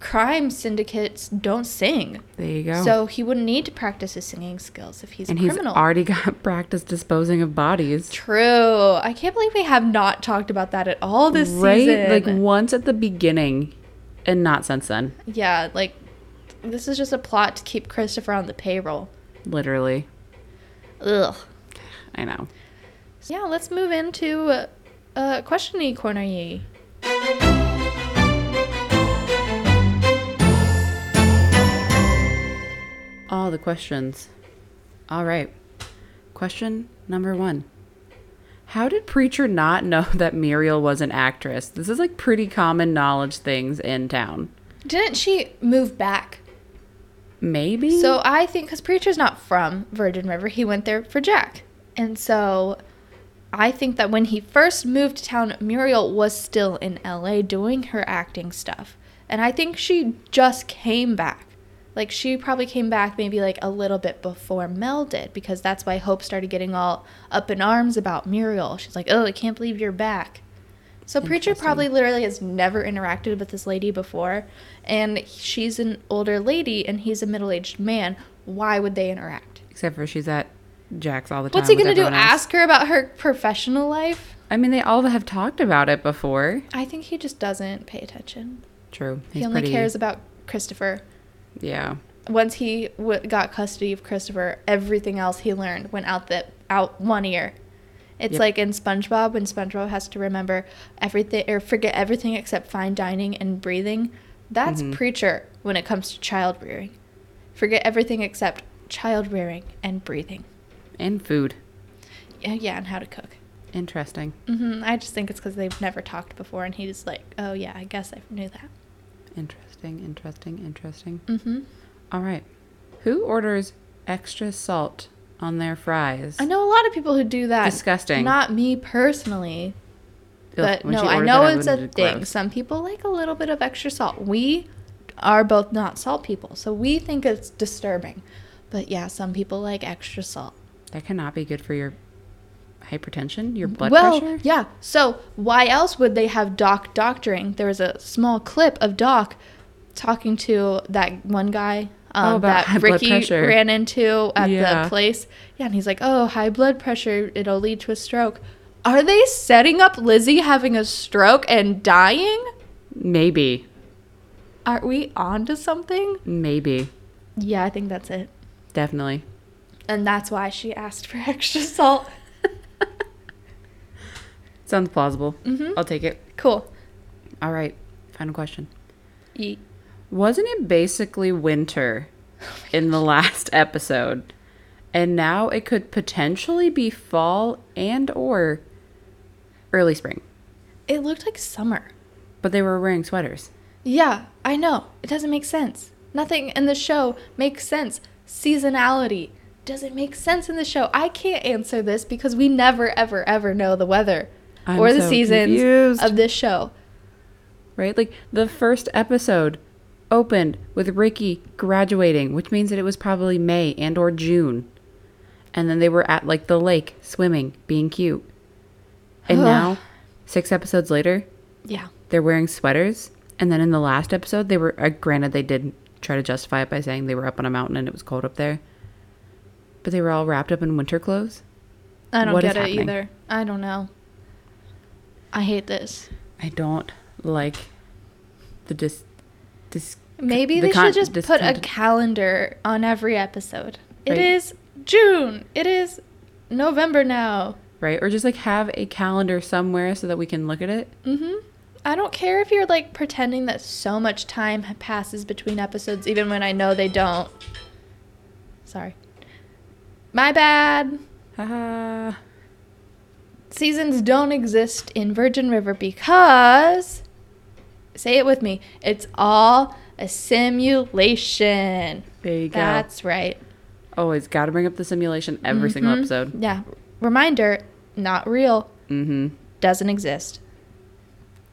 Speaker 1: crime syndicates don't sing.
Speaker 2: There you go.
Speaker 1: So he wouldn't need to practice his singing skills if he's
Speaker 2: and
Speaker 1: a
Speaker 2: he's
Speaker 1: criminal.
Speaker 2: already got practice disposing of bodies.
Speaker 1: True. I can't believe we have not talked about that at all this
Speaker 2: Right?
Speaker 1: season.
Speaker 2: Like once at the beginning and not since then.
Speaker 1: yeah, like This is just a plot to keep Christopher on the payroll.
Speaker 2: Literally.
Speaker 1: Ugh.
Speaker 2: I know.
Speaker 1: So yeah, let's move into uh, uh, questiony corner ye.
Speaker 2: All the questions. All right. Question number one How did Preacher not know that Muriel was an actress? This is like pretty common knowledge things in town.
Speaker 1: Didn't she move back?
Speaker 2: Maybe?
Speaker 1: So I think because Preacher's not from Virgin River, he went there for Jack. And so I think that when he first moved to town, Muriel was still in LA doing her acting stuff. And I think she just came back. Like she probably came back maybe like a little bit before Mel did because that's why Hope started getting all up in arms about Muriel. She's like, "Oh, I can't believe you're back." So Preacher probably literally has never interacted with this lady before, and she's an older lady and he's a middle-aged man. Why would they interact?
Speaker 2: Except for she's at Jack's all the time.
Speaker 1: What's he
Speaker 2: with
Speaker 1: gonna do?
Speaker 2: everyone else.
Speaker 1: Ask her about her professional life?
Speaker 2: I mean, they all have talked about it before.
Speaker 1: I think he just doesn't pay attention.
Speaker 2: True.
Speaker 1: he only cares about Christopher.
Speaker 2: Yeah.
Speaker 1: Once he w- got custody of Christopher, everything else he learned went out the out one ear. It's
Speaker 2: Yep.
Speaker 1: like in SpongeBob when SpongeBob has to remember everything or forget everything except fine dining and breathing. That's
Speaker 2: Mm-hmm.
Speaker 1: preacher when it comes to child rearing. Forget everything except child rearing and breathing.
Speaker 2: And food.
Speaker 1: Yeah, yeah, and how to cook.
Speaker 2: Interesting.
Speaker 1: hmm I just think it's because they've never talked before, and he's like, "Oh yeah, I guess I knew that."
Speaker 2: Interesting. Interesting. Interesting.
Speaker 1: Mm-hmm.
Speaker 2: All right. Who orders extra salt on their fries?
Speaker 1: I know a lot of people who do that.
Speaker 2: Disgusting.
Speaker 1: Not me personally,
Speaker 2: Ugh,
Speaker 1: but
Speaker 2: when
Speaker 1: no,
Speaker 2: she
Speaker 1: I
Speaker 2: ordered
Speaker 1: know
Speaker 2: that,
Speaker 1: it's
Speaker 2: would've
Speaker 1: a
Speaker 2: been
Speaker 1: thing.
Speaker 2: gross.
Speaker 1: Some people like a little bit of extra salt. We are both not salt people, so we think it's disturbing. But yeah, some people like extra salt.
Speaker 2: That cannot be good for your hypertension, your blood
Speaker 1: well,
Speaker 2: pressure.
Speaker 1: yeah. So why else would they have Doc doctoring? There was a small clip of Doc talking to that one guy um,
Speaker 2: Oh, about high
Speaker 1: that
Speaker 2: blood
Speaker 1: Ricky
Speaker 2: pressure.
Speaker 1: ran into at
Speaker 2: Yeah.
Speaker 1: the place. Yeah, and he's like, "Oh, high blood pressure. It'll lead to a stroke." Are they setting up Lizzie having a stroke and dying?
Speaker 2: Maybe.
Speaker 1: Are we onto something?
Speaker 2: Maybe.
Speaker 1: Yeah, I think that's it.
Speaker 2: Definitely.
Speaker 1: And that's why she asked for extra salt.
Speaker 2: Sounds plausible.
Speaker 1: Mm-hmm.
Speaker 2: I'll take it.
Speaker 1: Cool.
Speaker 2: All right. Final question.
Speaker 1: Ye-
Speaker 2: Wasn't it basically winter in the last episode? And now it could potentially be fall and or early spring.
Speaker 1: It looked like summer.
Speaker 2: But they were wearing sweaters.
Speaker 1: Yeah, I know. It doesn't make sense. Nothing in the show makes sense. Seasonality doesn't make sense in the show. I can't answer this because we never, ever, ever know the weather
Speaker 2: I'm
Speaker 1: or the
Speaker 2: so
Speaker 1: seasons
Speaker 2: confused.
Speaker 1: of this show.
Speaker 2: right? Like the first episode opened with Ricky graduating, which means that it was probably May and or June. And then they were at like the lake swimming, being cute. And
Speaker 1: Ugh.
Speaker 2: now, six episodes later,
Speaker 1: Yeah.
Speaker 2: they're wearing sweaters. And then in the last episode, they were uh, granted they did try to justify it by saying they were up on a mountain and it was cold up there. But they were all wrapped up in winter clothes.
Speaker 1: I don't
Speaker 2: What is
Speaker 1: get it
Speaker 2: happening?
Speaker 1: either. I don't know. I hate this.
Speaker 2: I don't like the dis. dis-
Speaker 1: Maybe
Speaker 2: the
Speaker 1: they
Speaker 2: con-
Speaker 1: should just put a
Speaker 2: discontent-
Speaker 1: calendar on every episode.
Speaker 2: Right.
Speaker 1: It is June. It is November now.
Speaker 2: right? Or just like have a calendar somewhere so that we can look at it.
Speaker 1: Mm-hmm. I don't care if you're like pretending that so much time ha- passes between episodes, even when I know they don't. Sorry. My bad.
Speaker 2: Haha.
Speaker 1: Seasons don't exist in Virgin River because, say it with me, it's all a simulation.
Speaker 2: there you go.
Speaker 1: That's right.
Speaker 2: Always got to bring up the simulation every
Speaker 1: Mm-hmm.
Speaker 2: single episode.
Speaker 1: Yeah. Reminder not real,
Speaker 2: Mm-hmm.
Speaker 1: doesn't exist.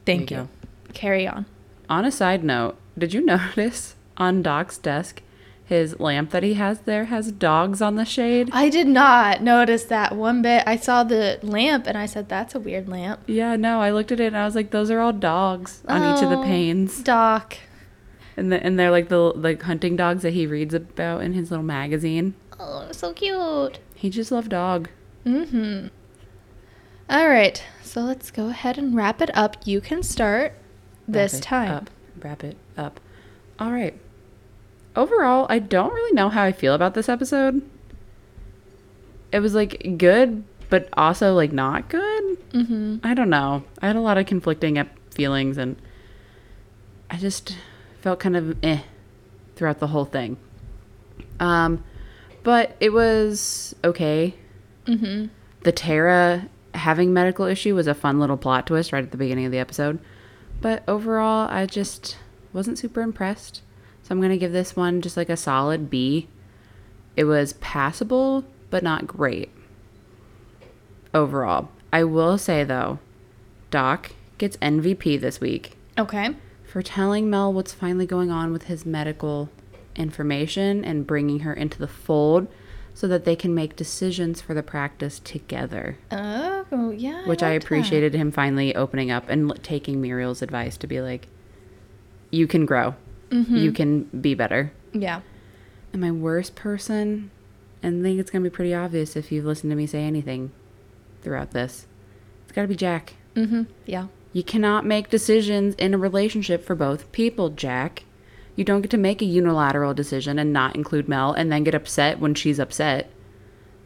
Speaker 1: Thank
Speaker 2: There you
Speaker 1: you. Carry on.
Speaker 2: On a side note, did you notice on Doc's desk, his lamp that he has there has dogs on the shade?
Speaker 1: I did not notice that one bit. I saw the lamp and I said, that's a weird lamp.
Speaker 2: Yeah, no, I looked at it and I was like, those are all dogs on each of the
Speaker 1: Oh,
Speaker 2: panes,
Speaker 1: Doc.
Speaker 2: and the, and they're like the like hunting dogs that he reads about in his little magazine.
Speaker 1: Oh, so cute.
Speaker 2: He just loved dog.
Speaker 1: Mm-hmm. All right. So let's go ahead and wrap it up. You can start
Speaker 2: Wrap
Speaker 1: this
Speaker 2: it
Speaker 1: time.
Speaker 2: Up. Wrap it up. All right. overall, I don't really know how I feel about this episode. It was like good, but also like not good. Mm-hmm. I don't know. I had a lot of conflicting ep- feelings, and I just felt kind of eh throughout the whole thing. Um, but it was okay. Mm-hmm. The Tara having medical issue was a fun little plot twist right at the beginning of the episode. But overall, I just wasn't super impressed. So I'm going to give this one just like a solid B. It was passable, but not great overall. I will say though, Doc gets MVP this week
Speaker 1: Okay.
Speaker 2: for telling Mel what's finally going on with his medical information and bringing her into the fold so that they can make decisions for the practice together
Speaker 1: Oh, yeah.
Speaker 2: which I
Speaker 1: liked that.
Speaker 2: appreciated him finally opening up and l- taking Muriel's advice to be like, you can grow, you can be better.
Speaker 1: Yeah.
Speaker 2: And my worst person, and I think it's gonna be pretty obvious if you've listened to me say anything throughout this, it's gotta be Jack.
Speaker 1: Mm-hmm. Yeah.
Speaker 2: You cannot make decisions in a relationship for both people, Jack. You don't get to make a unilateral decision and not include Mel and then get upset when she's upset.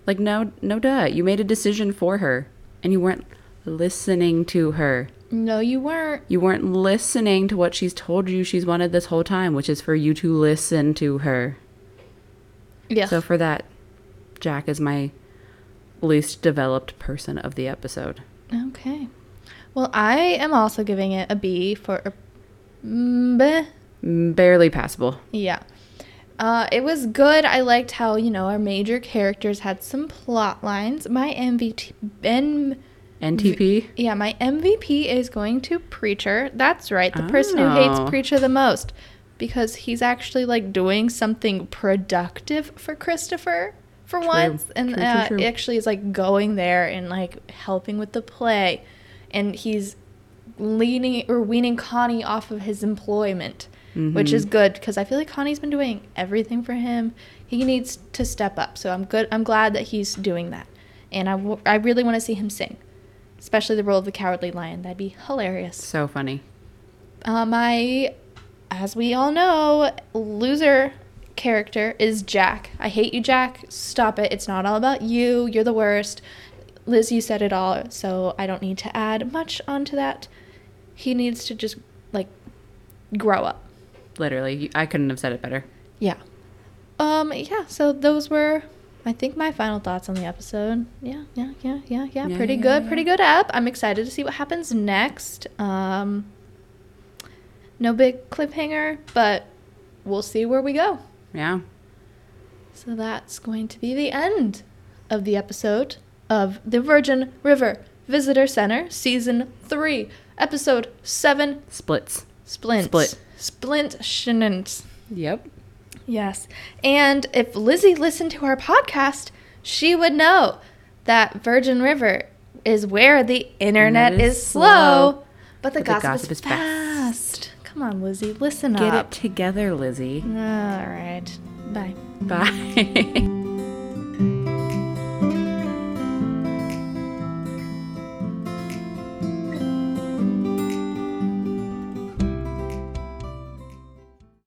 Speaker 2: Like no no duh. You made a decision for her and you weren't listening to her.
Speaker 1: No, you weren't.
Speaker 2: You weren't listening to what she's told you she's wanted this whole time, which is for you to listen to her.
Speaker 1: Yeah.
Speaker 2: So for that, Jack is my least developed person of the episode.
Speaker 1: okay. Well, I am also giving it a B for. er, Mm, bleh.
Speaker 2: Barely passable.
Speaker 1: Yeah. Uh, it was good. I liked how, you know, our major characters had some plot lines. My MVP. M-
Speaker 2: NTP?
Speaker 1: yeah, my MVP is going to Preacher. That's right, the person who hates
Speaker 2: Oh.
Speaker 1: Preacher the most. Because he's actually like doing something productive for Christopher for once. And
Speaker 2: True, true,
Speaker 1: uh,
Speaker 2: true.
Speaker 1: actually is like going there and like helping with the play. And he's leaning or weaning Connie off of his employment, which
Speaker 2: Mm-hmm.
Speaker 1: is good because I feel like Connie's been doing everything for him. He needs to step up. So I'm good. I'm glad that he's doing that. And I, w- I really want to see him sing, especially the role of the cowardly lion. That'd be hilarious.
Speaker 2: So funny.
Speaker 1: Uh, my, as we all know, loser character is Jack. I hate you, Jack. Stop it. It's not all about you. You're the worst. Liz, you said it all, so I don't need to add much onto that. He needs to just, like, grow up.
Speaker 2: Literally. You- I couldn't have said it better.
Speaker 1: Yeah. Um, yeah, so those were I think my final thoughts on the episode. Yeah, yeah, yeah, yeah, yeah.
Speaker 2: Yeah,
Speaker 1: pretty
Speaker 2: yeah,
Speaker 1: good,
Speaker 2: yeah.
Speaker 1: pretty good up. I'm excited to see what happens next. Um no big cliffhanger, but we'll see where we go.
Speaker 2: Yeah.
Speaker 1: So that's going to be the end of the episode of the Virgin River Visitor Center season 3, episode 7,
Speaker 2: Splits.
Speaker 1: Splint.
Speaker 2: Split.
Speaker 1: Splint Shinant.
Speaker 2: Yep.
Speaker 1: Yes. And if Lizzie listened to our podcast, she would know that Virgin River is where the internet
Speaker 2: Internet
Speaker 1: is,
Speaker 2: is
Speaker 1: slow,
Speaker 2: slow,
Speaker 1: but the, gossip, is,
Speaker 2: fast.
Speaker 1: fast. Come on, Lizzie, listen
Speaker 2: Get
Speaker 1: up.
Speaker 2: it together, Lizzie.
Speaker 1: All right. Bye.
Speaker 2: Bye.